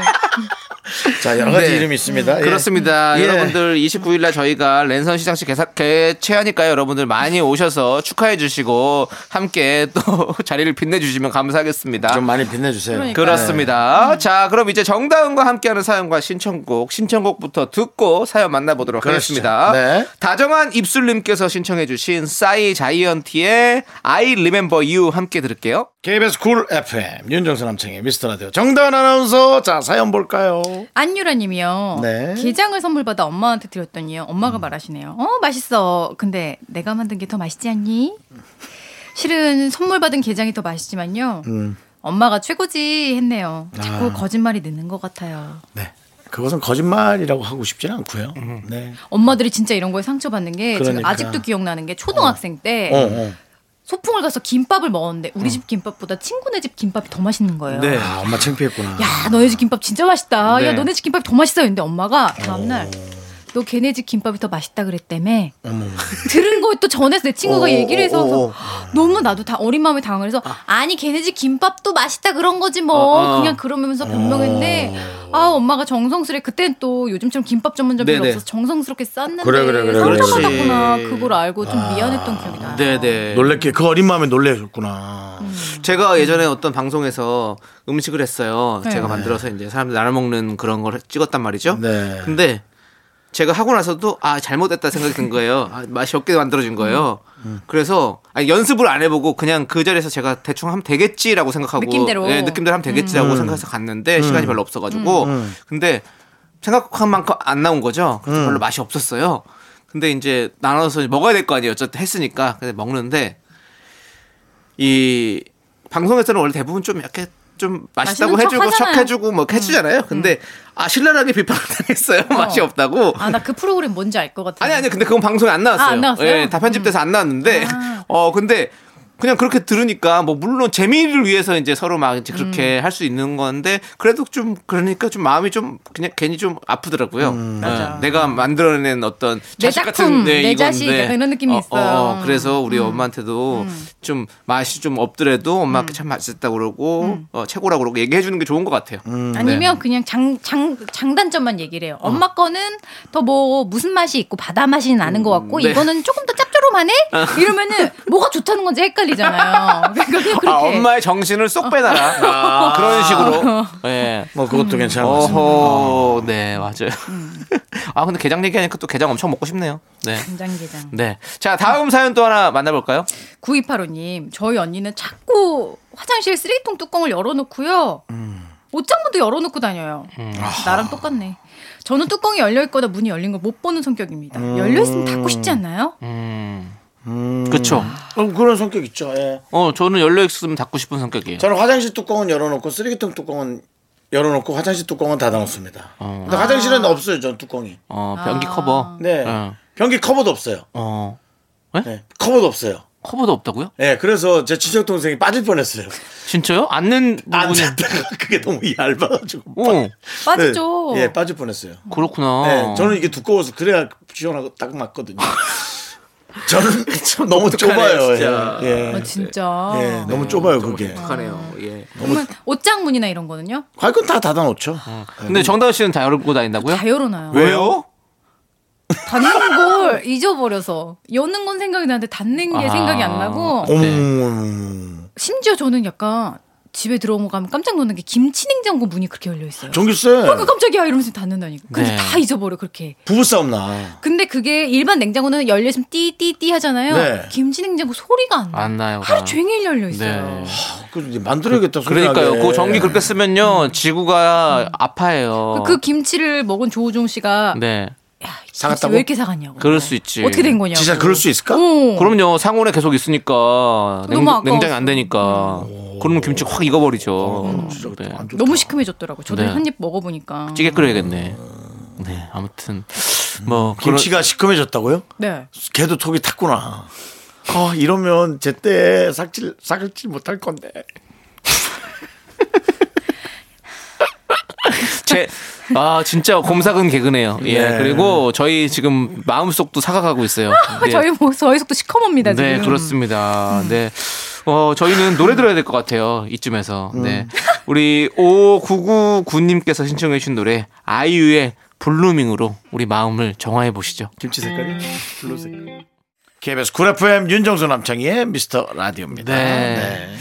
S1: 자, 여러 가지
S2: 네.
S1: 이름이 있습니다. 예.
S2: 그렇습니다.
S1: 예.
S2: 여러분들 29일 날 저희가 랜선 시상식 개사- 개최하니까요. 여러분들 많이 오셔서 축하해 주시고 함께 또 자리를 빛내 주시면 감사하겠습니다.
S1: 좀 많이 음. 빛내 주세요. 네.
S4: 그러니까.
S2: 그렇습니다. 자, 그럼 이제 정다은과 함께하는 사연과 신청곡, 신청곡부터 듣고 사연 만나보도록
S1: 그러시죠.
S2: 하겠습니다.
S1: 네.
S2: 다정한 입술님께서 신청해주신 싸이 자이언티의 I Remember You 함께 들을게요.
S1: KBS 쿨 FM 윤정수 남창의 미스터 라디오 정다은 아나운서 자, 사연 볼까요?
S4: 안유라님이요.
S1: 네. 음.
S4: 게장을 선물 받아 엄마한테 드렸더니요. 엄마가 말하시네요. 어 맛있어. 근데 내가 만든 게 더 맛있지 않니? 실은 선물 받은 게장이 더 맛있지만요.
S1: 음.
S4: 엄마가 최고지 했네요. 자꾸
S1: 아.
S4: 거짓말이 느는 것 같아요.
S1: 네. 그것은 거짓말이라고 하고 싶지는 않고요. 네.
S4: 엄마들이 진짜 이런 거에 상처받는 게 제가
S1: 그러니까.
S4: 아직도 기억나는 게 초등학생 때
S1: 어, 어.
S4: 소풍을 가서 김밥을 먹었는데 우리 집 김밥보다 친구네 집 김밥이 더 맛있는 거예요.
S1: 아, 엄마 창피했구나.
S4: 야 너네 집 김밥 진짜 맛있다.
S2: 네.
S4: 야 너네 집 김밥 더 맛있어. 근데 엄마가 다음날 너 걔네 집 김밥이 더 맛있다 그랬다며. 들은 거 또 전해서 내 친구가
S1: 어,
S4: 얘기를 해서
S1: 어, 어, 어.
S4: 그래서 너무 나도 다 어린 마음에 당황해서 아니 걔네 집 김밥도 맛있다 그런 거지 뭐
S2: 어, 어.
S4: 그냥 그러면서 변명했는데 아 엄마가 정성스레 그땐 또 요즘처럼 김밥 전문점 별로
S2: 네네.
S4: 없어서 정성스럽게 쌌는데
S1: 그래, 그래, 그래, 그래.
S4: 상처받았구나
S2: 그렇지.
S4: 그걸 알고 좀 미안했던 기억이 나요.
S2: 네네.
S1: 놀랬게 그 어린 마음에 놀래셨구나.
S4: 음.
S2: 제가 예전에 어떤 방송에서 음식을 했어요.
S4: 네.
S2: 제가 만들어서 이제 사람들 나눠 먹는 그런 걸 찍었단 말이죠.
S1: 네.
S2: 근데 제가 하고 나서도 아 잘못했다 생각이 든 거예요. 아, 맛이 없게 만들어진 거예요. 그래서 아니, 연습을 안 해보고 그냥 그 자리에서 제가 대충 하면 되겠지라고 생각하고
S4: 느낌대로.
S2: 예, 느낌대로 하면 되겠지라고 생각해서 갔는데 시간이 별로 없어가지고 근데 생각한 만큼 안 나온 거죠. 그래서 별로 맛이 없었어요. 근데 이제 나눠서 먹어야 될 거 아니에요. 어쨌든 했으니까 근데 먹는데 이 방송에서는 원래 대부분 좀 이렇게 좀 맛있다고
S4: 맛있는 척
S2: 해주고
S4: 하잖아요.
S2: 척해주고 뭐 이렇게
S4: 음,
S2: 해주잖아요. 근데 아 신랄하게 비판을 당했어요. 맛이 없다고.
S4: 아 나 그 프로그램 뭔지 알 것 같아.
S2: 아니 아니 근데 그건 방송에 안 나왔어요.
S4: 아, 안 나왔어요? 음.
S2: 예, 다 편집돼서 안 나왔는데 어 근데 그냥 그렇게 들으니까 뭐 물론 재미를 위해서 이제 서로 막 이제 그렇게
S4: 음.
S2: 할 수 있는 건데 그래도 좀 그러니까 좀 마음이 좀 그냥 괜히 좀 아프더라고요. 예, 내가 만들어낸 어떤
S4: 음. 내
S2: 자식
S4: 작품,
S2: 같은 네,
S4: 내
S2: 이건데.
S4: 자식 약간 이런 느낌이
S2: 어, 어,
S4: 있어요. 음.
S2: 그래서 우리 엄마한테도 좀 맛이 좀 없더라도
S4: 음.
S2: 엄마한테 참 맛있다 고 그러고 어, 최고라고 그러고 얘기해 주는 게 좋은 것 같아요.
S4: 음.
S1: 음,
S2: 네.
S4: 아니면
S1: 네.
S4: 그냥 장, 장, 장단점만 얘기를 해요.
S1: 어.
S4: 엄마 거는 더 뭐 무슨 맛이 있고 바다 맛이 나는 것
S1: 음,
S4: 같고
S2: 네.
S4: 이거는 조금 더 짭조름하네? 이러면은 뭐가 좋다는 건지 헷갈리잖아요. 그러니까 그냥 그렇게. 어. 아.
S2: 아, 엄마의 정신을 쏙 빼놔라. 아. 그런 식으로. 예.
S1: 뭐 그것도
S4: 음.
S1: 괜찮은 것 같습니다.
S2: 어허, 네, 맞아요. 아, 근데 게장 얘기하니까 또 게장 엄청 먹고 싶네요. 네.
S4: 간장게장.
S2: 네. 자, 다음 사연 또 하나 만나볼까요?
S4: 9285님, 저희 언니는 자꾸 화장실 쓰레기통 뚜껑을 열어놓고요.
S1: 음.
S4: 옷장문도 열어놓고 다녀요. 음,
S1: 아.
S4: 나랑 똑같네. 저는 뚜껑이 열려있거나 문이 열린 걸 못 보는 성격입니다.
S1: 음.
S4: 열려있으면 닫고 싶지 않나요?
S2: 그쵸.
S1: 음, 그런 성격 있죠. 예.
S2: 어, 저는 열려있으면 닫고 싶은 성격이에요.
S1: 저는 화장실 뚜껑은 열어놓고 쓰레기통 뚜껑은 열어놓고 화장실 뚜껑은 닫아놓습니다. 근데 화장실은 없어요. 전 뚜껑이.
S2: 어, 변기
S4: 아.
S2: 커버.
S1: 네.
S2: 어.
S1: 변기 커버도 없어요.
S2: 어,
S1: 네. 커버도 없어요.
S2: 커버도 없다고요?
S1: 예, 그래서 제 친척 동생이 빠질 뻔했어요.
S2: 진짜요? 앉는
S1: 안
S2: 부분이.
S1: 잤다가 그게 너무 얇아가지고.
S2: 어,
S4: 빠지죠.
S1: 네. 예, 빠질 뻔했어요.
S2: 그렇구나.
S1: 네, 저는 이게 두꺼워서 그래야 지원하고 딱 맞거든요. 저는 너무 좁아요.
S2: 진짜.
S1: 예, 예.
S4: 아, 진짜.
S1: 예, 너무 좁아요 그게.
S2: 하네요. 예.
S4: 정말 옷장문이나 이런 거는요?
S1: 아, 그건 다 닫아놓죠. 음.
S2: 근데 정다은 씨는 다 열고 다닌다고요?
S4: 다 열어놔요.
S2: 왜요?
S4: 닫는 걸 잊어버려서 여는 건 생각이 나는데 닫는 게
S2: 아.
S4: 생각이 안 나고
S2: 네.
S1: 음,
S4: 심지어 저는 약간 집에 들어오고 가면 깜짝 놀란 게 김치 냉장고 문이 그렇게 열려 있어요.
S1: 종규쌤
S4: 그 깜짝이야 이러면서 닫는다니까. 근데
S2: 네.
S4: 다 잊어버려 그렇게.
S1: 부부싸움 나.
S4: 근데 그게 일반 냉장고는 열려 있으면 띠띠띠 하잖아요.
S1: 네.
S4: 김치 냉장고 소리가 안 나.
S2: 안 나요.
S4: 하루
S2: 그럼.
S4: 종일 열려 있어요.
S2: 네.
S1: 그 이제 만들어야겠다.
S2: 그러니까요.
S1: 소리나게.
S2: 그 전기 그렇게 쓰면요. 지구가 아파해요.
S4: 그- 그 김치를 먹은 조우종 씨가
S2: 어. 네.
S4: 김치
S1: 사갔다고?
S4: 왜 이렇게 사갔냐고.
S2: 그럴 수 있지.
S4: 어떻게 된 거냐고.
S1: 진짜 그럴 수 있을까?
S2: 음.
S4: 어.
S2: 그럼요. 상온에 계속 있으니까 냉,
S4: 너무 아까워서.
S2: 장이안 되니까. 그러면 김치 확 익어버리죠. 네.
S1: 안 좋다.
S4: 너무 시큼해졌더라고. 저도
S2: 네.
S4: 한 입 먹어보니까.
S2: 찌개 끓여야겠네. 네. 아무튼 뭐 그런-
S1: 김치가 시큼해졌다고요?
S4: 네.
S1: 걔도 속이 탔구나. 아 이러면 제때 삭질 삭질 못할 건데.
S2: 제, 아 진짜 곰삭은 개그네요. 예.
S1: 네.
S2: 그리고 저희 지금 마음속도 사각하고 있어요. 네.
S4: 저희 뭐 저희 속도 시커멉니다 지금.
S2: 네, 그렇습니다. 네. 어, 저희는 노래 들어야 될 것 같아요. 이쯤에서. 네. 우리 5999님께서 신청해 주신 노래 아이유의 블루밍으로 우리 마음을 정화해 보시죠.
S1: 김치 색깔이 블루 색깔. KBS 쿨 FM 윤정수 남창희의 미스터 라디오입니다.
S2: 네.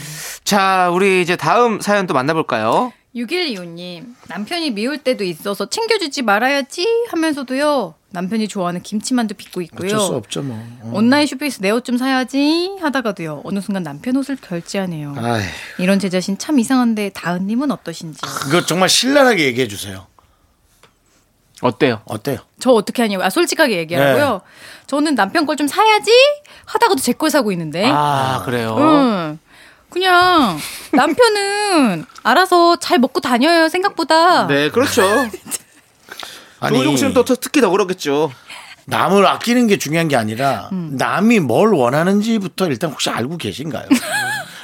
S2: 자, 우리 이제 다음 사연 또 만나 볼까요?
S4: 6125님 남편이 미울 때도 있어서 챙겨주지 말아야지 하면서도요 남편이 좋아하는 김치만두 빚고 있고요.
S1: 어쩔 수 없죠 뭐.
S2: 음.
S1: 어.
S4: 온라인 쇼핑에서 내 옷 좀 사야지 하다가도요 어느 순간 남편 옷을 결제하네요.
S1: 아이,
S4: 이런 제 자신 참 이상한데 다은님은 어떠신지.
S1: 그거 정말 신랄하게 얘기해 주세요.
S2: 어때요?
S1: 어때요?
S4: 저 어떻게 하냐고. 아 솔직하게
S2: 네.
S4: 얘기하고요. 저는 남편 걸 좀 사야지 하다가도 제 걸 사고 있는데.
S2: 아, 그래요.
S4: 응. 그냥 남편은 알아서 잘 먹고 다녀요 생각보다.
S2: 네, 그렇죠.
S1: 아니,
S2: 조종 씨는 또 특히 더 그러겠죠.
S1: 남을
S4: 음.
S1: 아끼는 게 중요한 게 아니라 남이 뭘 원하는지부터 일단 혹시 알고 계신가요?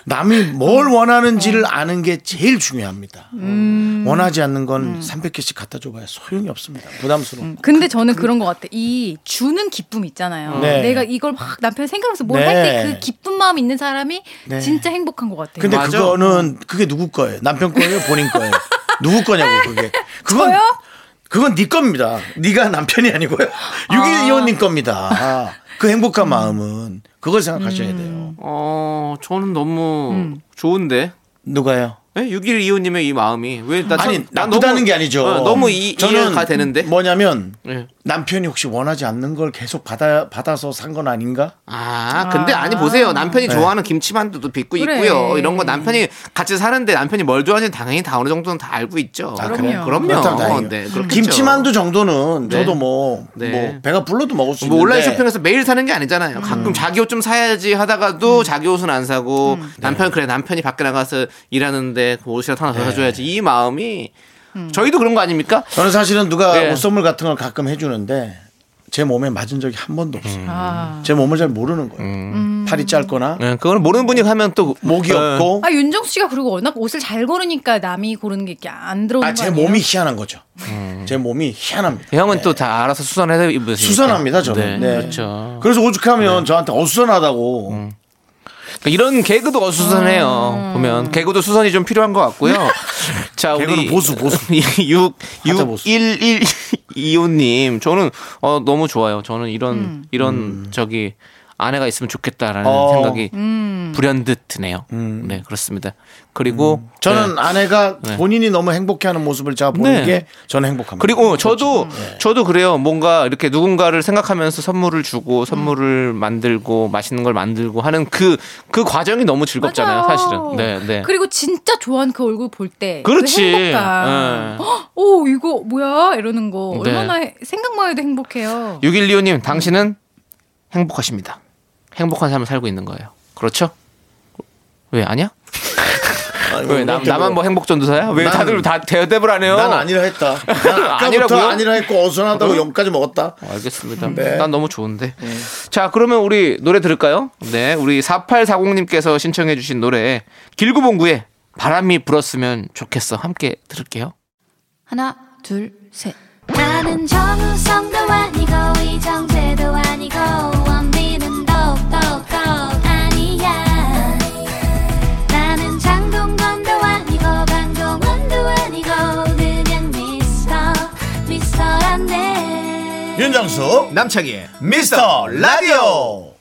S1: 남이
S4: 음.
S1: 뭘 원하는지를 아는 게 제일 중요합니다.
S4: 음.
S1: 원하지 않는 건 300개씩 갖다 줘봐야 소용이 없습니다. 부담스러워.
S4: 근데 저는 그런 것 같아. 이 주는 기쁨 있잖아요.
S1: 네.
S4: 내가 이걸 막 남편이 생각하면서 뭘
S1: 네.
S4: 할 때 그 기쁜 마음 있는 사람이
S1: 네.
S4: 진짜 행복한 것 같아요.
S1: 근데
S2: 맞아.
S1: 그거는 그게 누구 거예요? 남편 거예요? 본인 거예요? 누구 거냐고 그게. 그건
S4: 저요?
S1: 그건 네 겁니다. 네가 남편이 아니고요. 6일 이혼님 겁니다. 아, 그 행복한 마음은 그걸 생각하셔야 돼요.
S4: 음.
S2: 어, 저는 너무 좋은데.
S1: 누가요?
S2: 네? 6일 이호님의 이 마음이 왜나 어,
S1: 아니 나쁘다는 게 아니죠.
S2: 너무 이, 이해가 되는데.
S1: 뭐냐면
S2: 네.
S1: 남편이 혹시 원하지 않는 걸 계속 받아 받아서 산 건 아닌가?
S2: 아, 근데 아니 보세요. 남편이 좋아하는 김치만두도 빚고
S4: 그래.
S2: 있고요. 이런 거 남편이 같이 사는데 남편이 뭘 좋아하는지 당연히 다 어느 정도는 다 알고 있죠.
S1: 아,
S4: 그래요?
S2: 그럼요.
S1: 그렇다면 다행이에요.
S2: 네, 그렇겠죠.
S1: 김치만두 정도는
S2: 네.
S1: 저도 뭐,
S2: 네.
S1: 뭐 배가 불러도 먹을 수
S2: 뭐
S1: 있는데
S2: 온라인 쇼핑에서 매일 사는 게
S4: 음.
S2: 아니잖아요. 가끔 자기 옷 좀 사야지 하다가도 자기 옷은 안 사고
S4: 음.
S2: 남편 그래 남편이 밖에 나가서 일하는데 그 옷이라도 하나 더 사줘야지 이 마음이 저희도 그런 거 아닙니까?
S1: 저는 사실은 누가
S2: 네.
S1: 옷 선물 같은 걸 가끔 해주는데 제 몸에 맞은 적이 한 번도 없어요.
S4: 아,
S1: 제 몸을 잘 모르는 거예요. 팔이 짧거나
S2: 네, 그걸 모르는 분이 하면 또
S1: 목이
S2: 어,
S1: 없고
S4: 아 윤정수 씨가 그리고 워낙 옷을 잘 고르니까 남이 고르는 게 이렇게 안 들어오는
S1: 아,
S4: 거
S1: 제
S4: 아니에요?
S1: 몸이 희한한 거죠. 제 몸이 희한합니다.
S2: 음. 그
S1: 네.
S2: 형은 또 다 알아서 수선해서 입으시
S1: 수선합니다 저는. 네.
S2: 그렇죠. 음.
S1: 그래서 오죽하면 저한테 어수선하다고
S2: 그러니까 이런 개그도
S1: 음.
S2: 어수선해요. 보면 개그도 수선이 좀 필요한 것 같고요. 자, 우리
S1: 개그는 보수, 보수.
S2: 6
S1: 하자, 보수.
S2: 6 1 2호님 저는 어, 너무 좋아요. 저는 이런
S1: 음.
S2: 이런 저기 아내가 있으면 좋겠다라는
S1: 어. 음.
S2: 생각이
S4: 음.
S2: 불현듯 드네요. 네 그렇습니다. 그리고
S1: 저는
S2: 네.
S1: 아내가
S2: 네.
S1: 본인이 너무 행복해하는 모습을 제가 보는
S2: 네.
S1: 게 저는 행복합니다.
S2: 그리고 저도
S1: 네.
S2: 저도 그래요. 뭔가 이렇게 누군가를 생각하면서 선물을 주고 선물을
S1: 음.
S2: 만들고 맛있는 걸 만들고 하는 그 그 과정이 너무 즐겁잖아요,
S4: 맞아요.
S2: 사실은. 네, 네.
S4: 그리고 진짜 좋아하는 그 얼굴 볼 때.
S2: 그렇지.
S4: 그
S1: 어.
S4: 행복감.
S2: 예.
S4: 헉, 오, 이거 뭐야? 이러는 거.
S2: 네.
S4: 얼마나 해- 생각만 해도 행복해요.
S2: 6125님, 당신은 행복하십니다. 행복한 삶을 살고 있는 거예요. 그렇죠? 왜 아니야?
S1: 아니,
S2: 왜 남,
S1: 그렇게
S2: 나만
S1: 뭐-
S2: 뭐 행복 전도사야? 왜
S1: 난-
S2: 다들 다 대답을 안 해요?
S1: 난 아니라 했다. 난 아까부터
S2: 아니라고요?
S1: 아니라 했고 어수선하다고 용까지 먹었다.
S2: 알겠습니다.
S1: 네.
S2: 난 너무 좋은데. 자, 그러면 우리 노래 들을까요? 네, 우리 4840님께서 신청해주신 노래 길구봉구의 바람이 불었으면 좋겠어 함께 들을게요.
S4: 하나, 둘, 셋.
S5: 나는 정우성도 아니고 이정재도 아니고 원빈은 더욱더 아니야 나는 장동건도 아니고 방종원도 아니고 그냥 미스터 미스터란데
S1: 윤정수 남창희의 미스터 라디오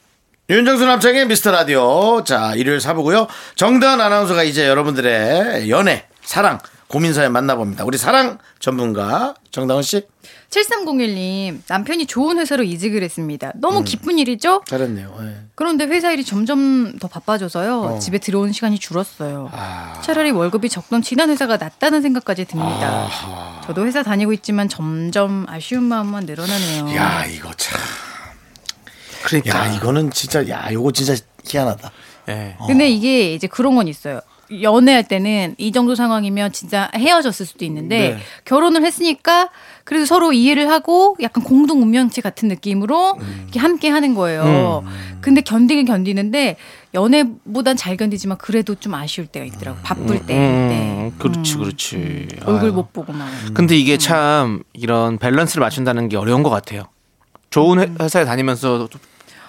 S1: 윤정수 남창희의 미스터 라디오 자 일요일 사부고요 정다은 아나운서가 이제 여러분들의 연애 사랑 고민사연 만나봅니다 우리 사랑 전문가 정다은 씨
S4: 7301님, 남편이 좋은 회사로 이직을 했습니다. 너무
S1: 음.
S4: 기쁜 일이죠?
S1: 잘했네요 예.
S4: 그런데 회사 일이 점점 더 바빠져서요. 집에 들어오는 시간이 줄었어요. 차라리 월급이 적던 지난 회사가 낫다는 생각까지 듭니다. 저도 회사 다니고 있지만 점점 아쉬운 마음만 늘어나네요.
S1: 야 이거 참야
S2: 그러니까.
S1: 이거는 진짜 야 이거 진짜 희한하다
S2: 네.
S4: 근데 이게 이제 그런 건 있어요. 연애할 때는 이 정도 상황이면 진짜 헤어졌을 수도 있는데
S2: 네.
S4: 결혼을 했으니까 그래도 서로 이해를 하고 약간 공동 운명체 같은 느낌으로
S2: 음.
S4: 이렇게 함께 하는 거예요. 근데 견디긴 견디는데 연애보단 잘 견디지만 그래도 좀 아쉬울 때가 있더라고. 바쁠 때. 그때.
S2: 음, 그렇지, 그렇지.
S4: 얼굴
S2: 아유.
S4: 못 보고 막.
S2: 음. 근데 이게 참 이런 밸런스를 맞춘다는 게 어려운 것 같아요. 좋은 회- 회사에 다니면서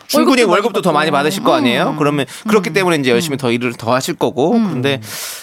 S2: 충분히
S4: 월급도 많이
S2: 월급도 더 많이
S4: 받고. 음.
S2: 받으실 거 아니에요? 그러면 그렇기 때문에 이제 열심히 더 일을 더 하실 거고. 근데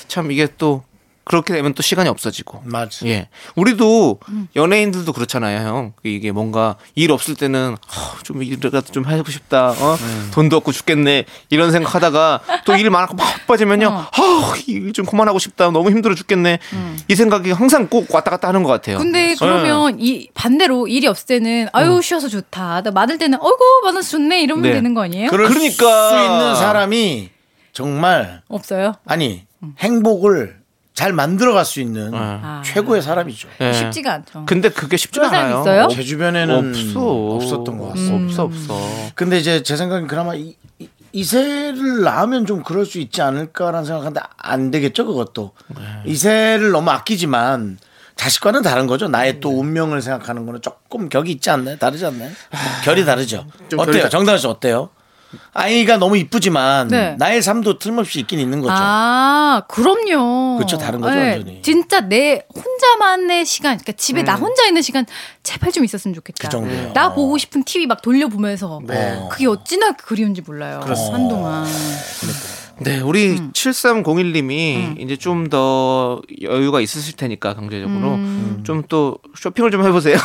S2: 참 이게 또 그렇게 되면 또 시간이 없어지고.
S1: 맞아
S2: 예. 우리도 연예인들도 그렇잖아요, 형. 이게 뭔가 일 없을 때는 어, 좀 일이라도 좀 하고 싶다. 어?
S4: 네.
S2: 돈도 없고 죽겠네. 이런 생각하다가 또 일 많고 막 빠지면요. 어, 일좀 그만하고 싶다. 너무 힘들어 죽겠네. 이 생각이 항상 꼭 왔다 갔다 하는 것 같아요. 그렇죠.
S4: 음.
S2: 음.
S4: 근데 그러면 이 반대로 일이 없을 때는 아유 쉬어서 좋다. 나 많을 때는 어이구 많아서 좋네 이러면
S2: 네.
S4: 되는 거 아니에요?
S1: 그럴
S2: 그러니까.
S1: 수 있는 사람이 정말
S4: 없어요.
S1: 아니 행복을 잘 만들어갈 수 있는
S2: 아.
S1: 최고의 사람이죠
S2: 예.
S4: 쉽지가 않죠.
S2: 근데 그게 쉽지가
S4: 그런 사람
S2: 않아요.
S4: 있어요?
S1: 제 주변에는
S2: 없어. 음.
S1: 없었던 것 같습니다.
S2: 없어, 없어.
S4: 음.
S1: 근데 이제 제 생각엔 그나마 이, 이- 이세를 낳으면 좀 그럴 수 있지 않을까라는 생각하는데 안 되겠죠 그것도
S2: 네.
S1: 이세를 너무 아끼지만 자식과는 다른 거죠 나의
S2: 네.
S1: 또 운명을 생각하는 거는 조금 격이 있지 않나요 다르지 않나요 결이 다르죠
S2: 아, 좀
S1: 어때요
S2: 결이 다-
S1: 정다은 씨 어때요 아이가 너무 이쁘지만
S4: 네.
S1: 나의 삶도 틀림없이 있긴 있는 거죠.
S4: 아, 그럼요. 예,
S1: 그쵸, 다른 거죠, 완전히. 음.
S4: 진짜 내 혼자만의 시간, 그러니까 집에 나 혼자 있는 시간 제발 좀 있었으면 좋겠다.
S1: 그 정도예요.
S4: 나 보고 싶은 TV 막 돌려보면서
S1: 네. 어.
S4: 그게 어찌나 그리운지 몰라요. 한동안.
S2: 네, 우리 7301님이 이제 좀 더 여유가 있으실 테니까 경제적으로 좀 또 쇼핑을 좀 해보세요.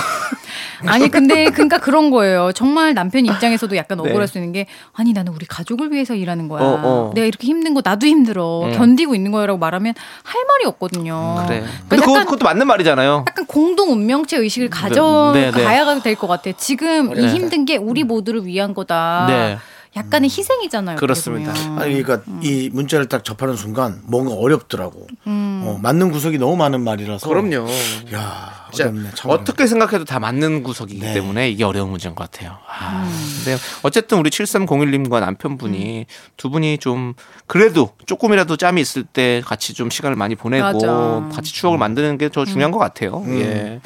S2: 네.
S4: 아니 근데 그러니까 그런 거예요. 정말 남편 입장에서도 약간
S2: 네.
S4: 억울할 수 있는 게 아니 나는 우리 가족을 위해서 일하는 거야.
S2: 어, 어.
S4: 내가 이렇게 힘든 거 나도 힘들어
S1: 음.
S4: 견디고 있는 거야라고 말하면 할 말이 없거든요.
S2: 그래.
S4: 그러니까
S2: 아. 근데 그거,
S4: 약간
S2: 그것도 맞는 말이잖아요.
S4: 약간 공동 운명체 의식을 가져가야
S2: 네, 네.
S4: 될 것 같아. 지금 이 힘든 게 우리 모두를 위한 거다.
S2: 네.
S4: 약간의 희생이잖아요. 어떻게
S2: 그렇습니다.
S4: 보면.
S1: 아니 그러니까 이 문자를 딱 접하는 순간 뭔가 어렵더라고.
S4: 음.
S1: 어, 맞는 구석이 너무 많은 말이라서.
S2: 그럼요.
S1: 야
S2: 진짜
S1: 어렵네. 참 어렵네.
S2: 어떻게 생각해도 다 맞는 구석이기
S1: 네.
S2: 때문에 이게 어려운 문제인 것 같아요. 아, 근데 어쨌든 우리 7301님과 남편분이 두 분이 좀 그래도 조금이라도 짬이 있을 때 같이 좀 시간을 많이 보내고
S4: 맞아.
S2: 같이 추억을 만드는 게 더 중요한 것 같아요. 예.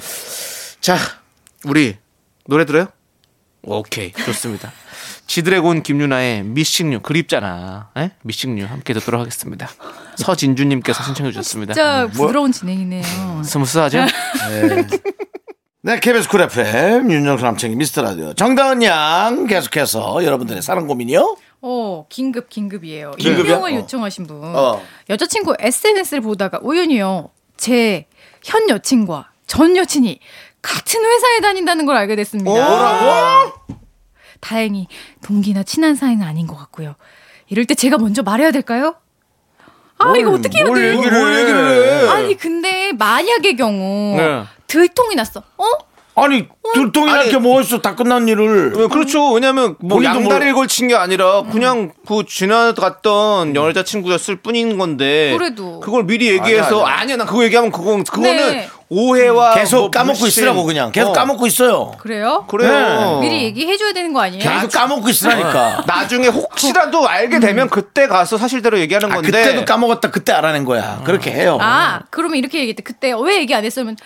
S2: 자, 우리 노래 들어요? 오케이, 좋습니다. 지드래곤 김유나의 미싱류 그립잖아. 예? 미싱류 함께 듣도록 하겠습니다. 서진주님께서 신청해 주셨습니다.
S4: 진짜 부드러운 진행이네요.
S2: 스무스하죠?
S1: 네, KBS 쿨 FM 윤정수 남창희 미스터 라디오 정다은 양 계속해서 여러분들의 사랑 고민이요.
S4: 어, 긴급 긴급이에요.
S1: 긴급이야?
S4: 익명을
S1: 어.
S4: 요청하신 분.
S1: 어.
S4: 여자친구 SNS를 보다가 우연히요. 제 현 여친과 전 여친이 같은 회사에 다닌다는 걸 알게 됐습니다.
S2: 아.
S1: 뭐라고?
S4: 다행히 동기나 친한 사이는 아닌 것 같고요. 이럴 때 제가 먼저 말해야 될까요? 아, 이거 어떻게 해야
S1: 뭘
S4: 돼?
S1: 얘기를, 뭘 얘기를 해?
S4: 아니, 근데 만약의 경우
S2: 네.
S4: 들통이 났어. 어?
S1: 아니 들통이
S2: 아니.
S1: 날게 뭐 있어 다 끝난 일을.
S2: 왜, 그렇죠. 왜냐면 뭐
S1: 본인도
S2: 양다리를 걸친 게 아니라
S4: 음.
S2: 그냥 그 지나갔던 여자친구였을 뿐인 건데.
S4: 그래도.
S2: 걸 미리 얘기해서
S1: 음. 아니야, 음.
S2: 아니야, 나 그거 얘기하면 그거 그거는
S4: 네.
S2: 오해와
S1: 계속
S2: 뭐
S1: 까먹고
S2: 불신.
S1: 있으라고 그냥 계속
S2: 어.
S1: 까먹고 있어요.
S4: 그래요?
S2: 그래요.
S4: 네. 미리 얘기해줘야 되는 거 아니에요?
S1: 계속 까먹고 있으라니까.
S2: 어. 나중에 혹시라도
S4: 음.
S2: 알게 되면 그때 가서 사실대로 얘기하는
S1: 아,
S2: 건데. 어.
S1: 그때도 까먹었다 그때 알아낸 거야. 그렇게 해요.
S4: 아, 그러면 이렇게 얘기했대. 그때 왜 얘기 안 했으면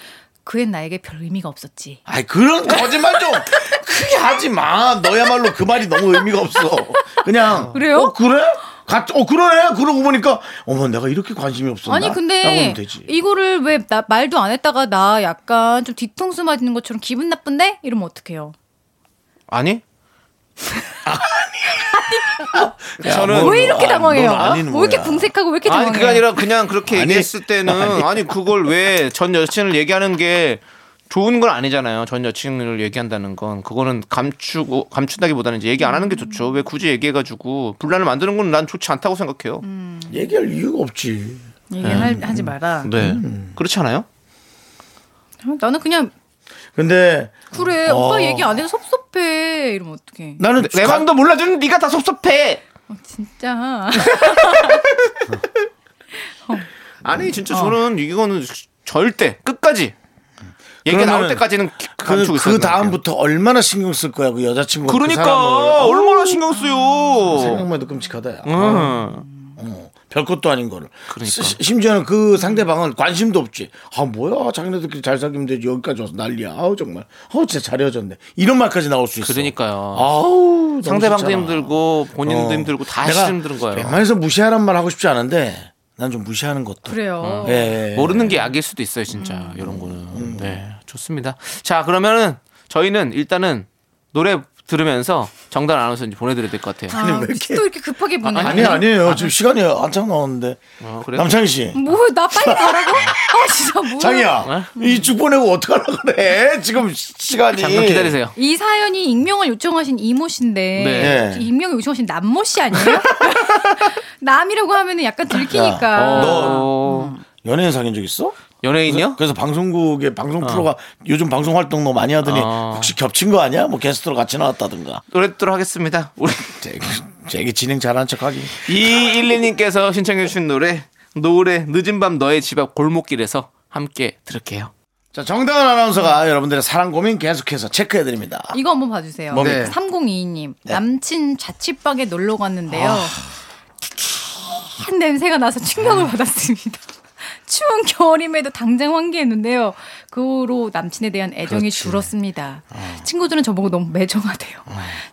S4: 그 앤 나에게 별 의미가 없었지.
S1: 아이 그런 거짓말 좀 크게 하지 마. 너야말로 그 말이 너무 의미가 없어. 그냥
S4: 그래요?
S1: 어 그래? 같, 어 그러네. 그러고 보니까 어머 내가 이렇게 관심이 없었나?
S4: 아니
S1: 라고
S4: 근데
S1: 하면 되지.
S4: 이거를 왜 나, 말도 안 했다가 나 약간 좀 뒤통수 맞는 것처럼 기분 나쁜데 이러면 어떡해요?
S2: 아니?
S1: 야,
S2: 저는
S1: 뭐,
S4: 왜 이렇게
S1: 아,
S4: 당황해요?
S1: 넌 아니는
S2: 뭐
S4: 왜 이렇게
S1: 거야.
S4: 궁색하고 왜 이렇게
S2: 아니
S4: 당황해요?
S2: 그게 아니라 그냥 그렇게
S1: 아니.
S2: 얘기했을 때는 아니, 그걸 왜 전 여친을 얘기하는 게 좋은 건 아니잖아요. 전 여친을 얘기한다는 건 그거는 감추고 감춘다기보다는 이제 얘기 안 하는 게 좋죠. 왜 굳이 얘기해가지고 분란을 만드는 건 난 좋지 않다고 생각해요.
S4: 음.
S1: 얘기할 이유가 없지.
S4: 얘기할 하지 마라.
S2: 네, 그렇지 않아요?
S4: 나는 그냥
S1: 근데
S4: 그래
S1: 어.
S4: 오빠 얘기 안 해서 섭섭해 이러면 어떡해?
S1: 나는
S2: 내
S1: 가-
S2: 마음도 몰라주는 네가 다 섭섭해.
S4: 어, 진짜
S2: 아니 진짜
S4: 어.
S2: 저는 이거는 절대 끝까지 얘기 나올
S1: 그러면은
S2: 때까지는
S1: 그,
S2: 감추고 있어요.
S1: 그 다음부터 얼마나 신경 쓸 거야 그 여자친구
S2: 그러니까
S1: 그 사람을.
S2: 얼마나 신경 쓰요.
S1: 생각만 해도 끔찍하다 야.
S2: 응.
S1: 어, 별것도 아닌 거를
S2: 그러니까.
S1: 시- 심지어는 그 상대방은 관심도 없지 아 뭐야 자기네들끼리 잘 사귀면 되지 여기까지 와서 난리야 아우 정말 아우 진짜 잘 헤어졌네 이런 말까지 나올 수 있어
S2: 그러니까요.
S1: 아우 너무
S2: 상대방도
S1: 싫잖아.
S2: 힘들고 본인도
S1: 어.
S2: 힘들고 다
S1: 내가
S2: 힘든 거예요.
S1: 웬만해서 무시하란 말 하고 싶지 않은데 난 좀 무시하는 것도
S4: 그래요.
S1: 예, 예, 예.
S2: 모르는 게 약일 수도 있어요, 진짜.
S1: 음.
S2: 이런 거는. 네. 좋습니다. 자, 그러면은 저희는 일단은 노래 들으면서 정단 아나운서 이제 보내 드려야 될 것 같아요.
S4: 아,
S1: 왜 이렇게-
S4: 또 이렇게 급하게 보내?
S1: 아니 아니에요 지금 시간이 한참 나왔는데
S2: 어, 네? 그래요?
S1: 남창희 씨
S4: 뭐나 빨리 가라고? 아 진짜 뭐?
S1: 장이야 이쭉 보내고 어떡하려고 그래 지금 시- 시간이
S2: 네? 잠깐 기다리세요.
S4: 이 사연이 익명을 요청하신 이모 씨인데
S1: 네.
S4: 이 익명을 요청하신 남모 씨 아니에요? 남이라고 하면은 약간
S1: 어.
S4: 들키니까.
S2: 어. 너
S1: 연예인 사귄 적 있어?
S2: 연예인이요?
S1: 그래서 방송국의 방송 프로가 요즘 방송 활동 너무 많이 하더니
S2: 어.
S1: 혹시 겹친 거 아니야? 뭐 게스트로 같이 나왔다든가.
S2: 노래 듣도록 하겠습니다. 우리
S1: 되게, 되게 진행 잘한 척하기.
S2: 212님께서 신청해 주신 노래 노래 늦은 밤 너의 집 앞 골목길에서 함께 들을게요.
S1: 자 정다은 아나운서가 여러분들의 사랑 고민 계속해서 체크해 드립니다.
S4: 이거 한번 봐주세요.
S1: 뭡니까?
S4: 3022님 남친 자취방에 놀러 갔는데요. 한 냄새가 나서 충격을 받았습니다. 추운 겨울임에도 당장 환기했는데요. 그로 남친에 대한 애정이 줄었습니다. 친구들은 저보고 너무 매정하대요.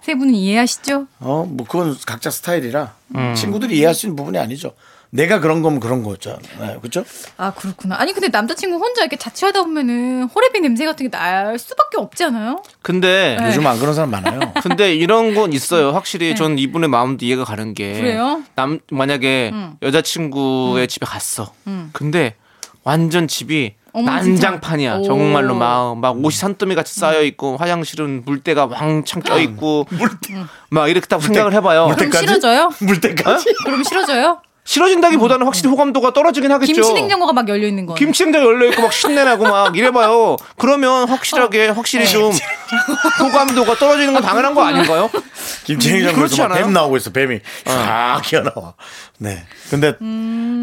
S4: 세 분은 이해하시죠?
S1: 어, 뭐 그건 각자 스타일이라
S2: 음.
S1: 친구들이 이해할 수 있는 부분이 아니죠. 내가 그런 거면 그런 거잖아요. 그렇죠?
S4: 아 그렇구나. 아니 근데 남자친구 혼자 이렇게 자취하다 보면은 호레비 냄새 같은 게 날 수밖에 없잖아요.
S2: 근데
S1: 요즘 안 그런 사람 많아요.
S2: 근데 이런 건 있어요. 확실히 전 이분의 마음도 이해가 가는 게.
S4: 네. 그래요? 음.
S2: 남, 만약에 여자친구의 집에 갔어. 근데 완전 집이
S4: 어머,
S2: 난장판이야.
S4: 진짜?
S2: 정말로
S4: 오.
S2: 막, 막 옷이 산더미 같이 쌓여있고 화장실은 물때가 왕창 껴있고
S4: 음.
S2: 막 이렇게 딱 생각을 해봐요.
S4: 그럼 싫어져요?
S1: 물 때까지?
S4: 그럼 싫어져요?
S2: 싫어진다기보다는 확실히 호감도가 떨어지긴 하겠죠.
S4: 음. 김치 냉장고가 막 열려 있는 거.
S2: 김치냉장 열려있고 막 신내나고 막 이래봐요. 그러면
S4: 어.
S2: 확실하게, 확실히 좀 호감도가 떨어지는 건 당연한 거 아닌가요? 그렇지
S1: 김치냉장고에서
S2: 않아요?
S1: 뱀 나오고 있어. 뱀이 쫙 기어나와. 네. 근데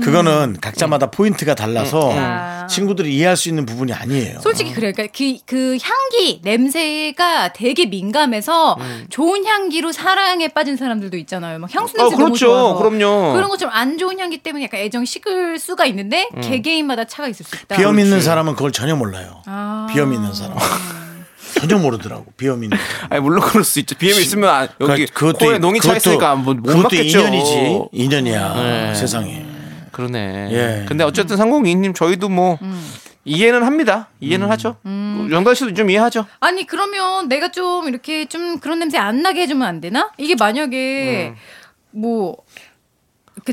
S1: 그거는 각자마다 포인트가
S2: 음.
S1: 달라서
S4: 아.
S1: 친구들이 이해할 수 있는 부분이 아니에요.
S4: 솔직히 그래요. 그러니까 그, 그 향기, 냄새가 되게 민감해서 좋은 향기로 사랑에 빠진 사람들도 있잖아요. 막 향수
S2: 음. 아,
S4: 냄새 너무
S2: 그렇죠.
S4: 좋아서.
S2: 그럼요.
S4: 그런 것처럼 안 좋은 향기 때문에 약간 애정이 식을 수가 있는데
S2: 음.
S4: 개개인마다 차가 있을 수
S2: 아,
S4: 있다.
S1: 비염 있는 사람은 그걸 전혀 몰라요.
S4: 아. 음.
S1: 비염 있는 사람. 전혀 모르더라고. 비염 있는. 사람.
S2: 아니 물론 그럴 수 있죠. 비염이 있으면 안- 여기
S1: 그러니까 그것도
S2: 코에
S1: 이-
S2: 농이 차
S1: 그것도-
S2: 있으니까 못, 못
S1: 그것도
S2: 맞겠죠.
S1: 인연이지. 인연이야.
S2: 네.
S1: 세상에.
S2: 그러네.
S1: 예.
S2: 근데 어쨌든 3022님 저희도 뭐
S4: 음.
S2: 이해는 합니다. 이해는
S1: 음.
S2: 하죠. 영달 씨도 좀 이해하죠.
S1: 어,
S4: 아니 그러면 내가 좀 이렇게 좀 그런 냄새 안 나게 해주면 안 되나? 이게 만약에 뭐. 그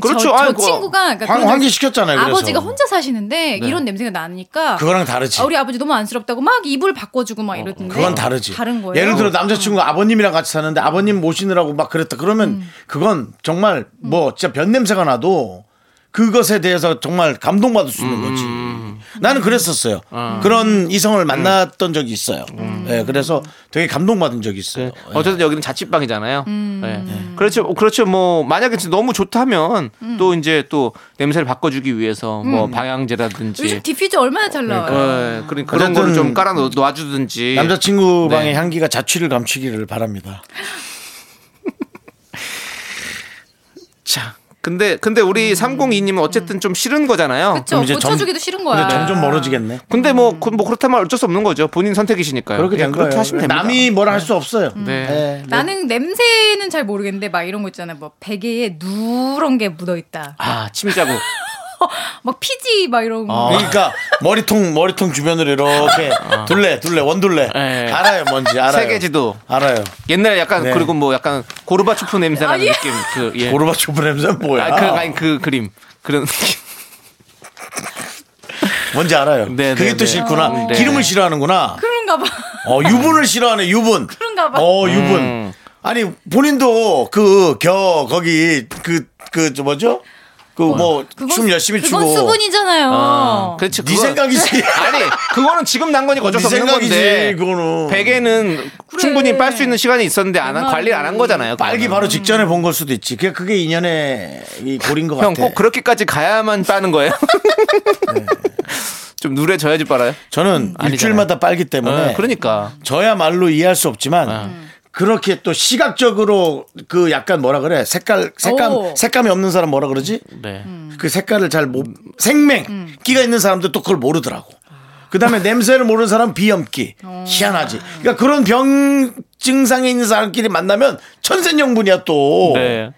S2: 음. 그렇죠.
S4: 저,
S2: 아이,
S4: 저
S2: 그거
S4: 친구가 그러니까
S1: 황-
S4: 그런
S1: 환기 시켰잖아요, 그래서. 네.
S4: 아버지가 혼자 사시는데 이런 냄새가 나니까
S1: 그거랑 다르지. 어,
S4: 아, 우리 아버지 너무 안쓰럽다고 막 이불 바꿔주고 막 이러던데.
S1: 그건 다르지.
S4: 네. 다른 거예요.
S1: 예를 들어 남자친구 가 아버님이랑 같이 사는데 아버님 모시느라고 막 그랬다. 그러면
S4: 음.
S1: 그건 정말 뭐 진짜 변 냄새가 나도 그것에 대해서 정말 감동받을 수 있는 거지. 나는 그랬었어요. 그런 이성을 만났던 적이 있어요. 예, 그래서 되게 감동받은 적이 네. 있어요. 예.
S2: 어쨌든 여기는 자취방이잖아요.
S4: 음.
S2: 예. 그렇죠. 그렇죠. 뭐 만약에 진짜 너무 좋다면
S4: 음.
S2: 또 이제 또 냄새를 바꿔주기 위해서 뭐 방향제라든지
S4: 요즘 디퓨저 얼마나 잘 나와요.
S2: 예, 그러니까 그런 거를 좀 깔아 놓- 놔주든지.
S1: 남자친구
S2: 네.
S1: 방의 향기가 자취를 감추기를 바랍니다.
S2: 자. 근데 근데 우리 3022님은 어쨌든 좀 싫은 거잖아요.
S4: 음. 그쵸.
S1: 그럼 이제 점-
S4: 고쳐주기도 싫은 거야.
S1: 근데 점점 멀어지겠네.
S2: 근데 뭐, 그- 뭐 그렇다면 어쩔 수 없는 거죠. 본인 선택이시니까요.
S1: 음. 그렇게
S2: 예,
S1: 된
S2: 그렇게
S1: 거예요.
S2: 하시면 됩니다.
S1: 남이 뭐라 할 수 없어요.
S2: 네.
S1: 예, 뭐
S4: 나는 냄새는 잘 모르겠는데 막 이런 거 있잖아요. 뭐 베개에 누런 게 묻어 있다.
S2: 아, 침 자국.
S4: 막 피지 막 이런
S2: 어.
S4: 거.
S1: 그러니까 머리통 머리통 주변으로 이렇게 둘레 둘레 원둘레
S2: 예.
S1: 알아요 뭔지 알아요
S2: 세계지도.
S1: 알아요
S2: 옛날에 약간
S1: 네.
S2: 그리고 뭐 약간 고르바초프 냄새 나는
S4: 아니.
S2: 느낌 그 예.
S1: 고르바 초보 냄새 뭐야
S2: 아, 그 아니 그 그림. 그런
S1: 뭔지 알아요
S2: 네,
S1: 그게
S2: 네,
S1: 또
S2: 네.
S1: 싫구나
S2: 네.
S1: 기름을 싫어하는구나
S4: 그런가 봐.
S1: 어 유분을 싫어하네 유분
S4: 그런가 봐.
S1: 어 유분
S2: 음.
S1: 아니 본인도 그 겨 거기 그 그 뭐죠 그 뭐
S4: 그건
S1: 춤 열심히
S4: 그건
S1: 추고
S4: 수분이잖아요.
S2: 어, 그렇지.
S1: 네
S2: 그건-
S1: 생각이지
S2: 아니, 그거는 지금 난 거니까 어쩔 수
S1: 네
S2: 없는
S1: 생각이지
S2: 건데.
S1: 그거는
S2: 베개는 충분히 빨 수 있는 시간이 있었는데 안 한, 관리를 안 한 거잖아요.
S1: 빨기 바로 직전에 본 걸 수도 있지 그게 그게 인연의 이 골인 것 같아 네.
S2: 형꼭 그렇게까지 가야만 빠는 거예요? 좀 누래져야지 빨아요.
S1: 저는
S2: 음, 아니잖아요.
S1: 일주일마다 빨기 때문에
S2: 어, 그러니까.
S1: 저야말로 이해할 수 없지만
S2: 아.
S1: 그렇게 또 시각적으로 그 약간 뭐라 그래 색깔 색감
S4: 오.
S1: 색감이 없는 사람 뭐라 그러지
S2: 네.
S1: 그 색깔을 잘 못 생맹 끼가 있는 사람도 또 그걸 모르더라고 그다음에 냄새를 모르는 사람 비염기 희한하지 그러니까 그런 병 증상이 있는 사람끼리 만나면 천생연분이야 또
S2: 네.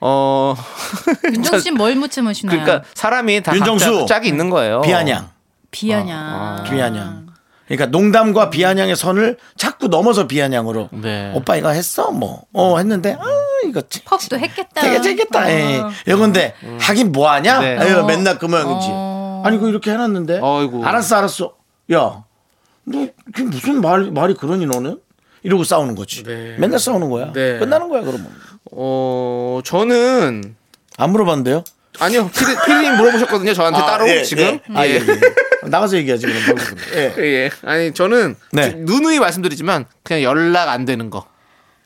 S2: 어
S1: 그러니까
S4: 윤정수 씨는 뭘 묻혀마시나요?
S2: 그러니까 사람이 다
S1: 윤정수.
S2: 각자 짝이 있는 거예요.
S1: 어. 비아냥
S4: 비아냥.
S1: 비아냥 그러니까 농담과 비아냥의 선을 자꾸 넘어서 비아냥으로
S2: 네.
S1: 오빠 이거 했어 뭐 어 했는데 아 이거 참
S4: 펍도 했겠다.
S1: 되게 재밌다. 예. 이건데 하긴 뭐 하냐?
S2: 네.
S1: 에휴,
S4: 어.
S1: 맨날 그만 그지.
S4: 어.
S1: 아니 그 이렇게 해놨는데.
S2: 아이고.
S1: 알았어, 알았어. 야, 너 그게 무슨 말 말이 그러니 너는? 이러고 싸우는 거지. 맨날 싸우는 거야.
S2: 네.
S1: 끝나는 거야 그러면.
S2: 어 저는
S1: 안 물어봤는데요?
S2: 아니요 피디, 피디님 물어보셨거든요 저한테 따로
S1: 예,
S2: 지금
S1: 예. 아, 예, 예. 나가서 얘기하지 그럼. 모르겠네. 예.
S2: 예. 예. 아니 저는
S1: 네.
S2: 주- 누누이 말씀드리지만 그냥 연락 안 되는 거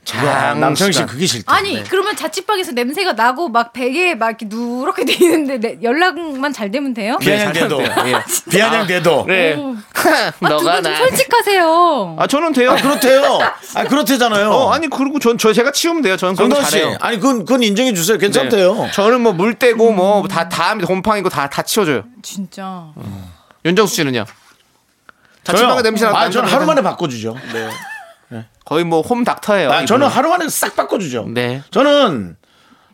S1: 야,
S2: 장시간.
S1: 남창희 씨 그게 싫다.
S4: 아니 그러면 자취방에서 냄새가 나고 막 베개에 막 이렇게 누렇게 돼 있는데 내- 연락만 잘 되면 돼요?
S1: 비아냥
S2: 네, 잘
S1: 대도.
S2: 돼요. 예.
S1: 비아냥 대도.
S2: 네.
S4: 아,
S2: 너가
S4: 두분좀
S2: 나.
S4: 솔직하세요.
S2: 아 저는 돼요.
S1: 아, 그렇대요. 아, 그렇대잖아요.
S2: 어 아니 그리고 전 저 제가 치우면 돼요. 저는 그런 거
S1: 정다은 씨.
S2: 잘해요.
S1: 아니 그건 그건 인정해 주세요.
S2: 네.
S1: 괜찮대요.
S2: 저는 뭐 물 떼고 뭐 다다 곰팡이고 다 다 치워줘요.
S4: 진짜.
S2: 윤정수 씨는요? 자취방에 냄새 났다.
S1: 아, 저는 하루 만에 바꿔주죠.
S2: 거의 뭐 홈 닥터예요.
S1: 아,
S2: 이분은.
S1: 저는 하루 만에 싹 바꿔주죠.
S2: 네.
S1: 저는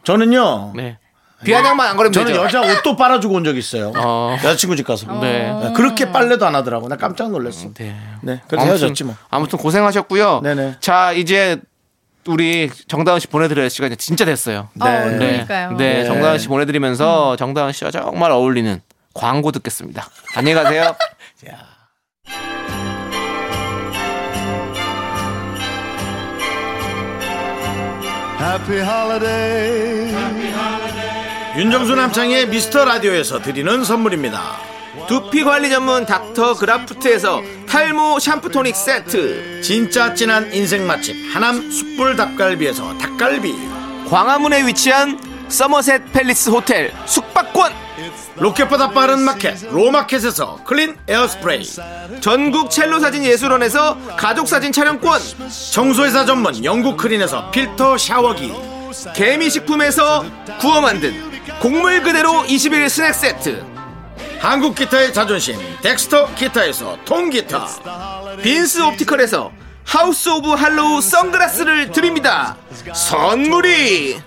S1: 저는요.
S2: 네. 비아냥만 안 걸으면
S1: 저는
S2: 되죠.
S1: 여자 옷도 빨아주고 온 적 있어요.
S2: 어.
S1: 여자친구 집 가서.
S2: 네.
S1: 네, 그렇게 빨래도 안 하더라고. 나 깜짝 놀랐어.
S2: 네.
S1: 네. 그래서 헤어졌지 뭐.
S2: 아무튼 고생하셨고요.
S1: 네네.
S2: 자, 이제 우리 정다은 씨 보내드릴 시간이 진짜 됐어요.
S4: 어, 그러니까요.
S2: 네,
S1: 네.
S2: 정다은 씨 보내드리면서 정다은 씨와 정말 어울리는 광고 듣겠습니다. 안녕히 가세요.
S1: 윤정수 남창의 미스터 라디오에서 드리는 선물입니다.
S2: 두피 관리 전문 닥터 그라프트에서 탈모 샴푸 토닉 세트.
S1: 그 진짜 진한 인생 맛집 하남 숯불 닭갈비에서 닭갈비
S2: 광화문에 위치한 서머셋 팰리스 호텔 숙박권.
S1: 로켓보다 빠른 마켓 로마켓에서 클린 에어스프레이
S2: 전국 첼로 사진 예술원에서 가족 사진 촬영권.
S1: 청소회사 전문 영국 크린에서 필터 샤워기
S2: 개미 식품에서 구워 만든 곡물 그대로 21 스낵 세트.
S1: 한국 기타의 자존심 덱스터 기타에서 통기타
S2: 빈스 옵티컬에서 하우스 오브 할로우 선글라스를 드립니다. 선물이
S6: There's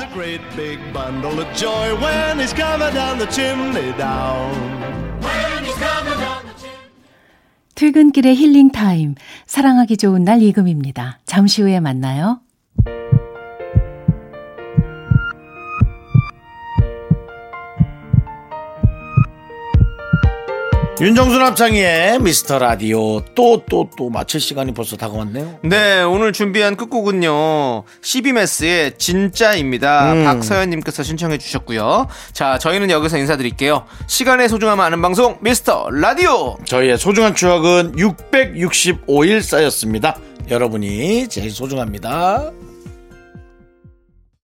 S6: a great big bundle of joy when he's coming down the chimney down.
S7: 퇴근길의 힐링 타임. 사랑하기 좋은 날 이금입니다. 잠시 후에 만나요.
S1: 윤정수 남창의 미스터 라디오 또 또 또 마칠 시간이 벌써 다가왔네요
S2: 네 오늘 준비한 끝곡은요 시비메스의 진짜입니다 박서연님께서 신청해 주셨고요 자 저희는 여기서 인사드릴게요 시간의 소중함 아는 방송 미스터 라디오
S1: 저희의 소중한 추억은 665일 쌓였습니다 여러분이 제일 소중합니다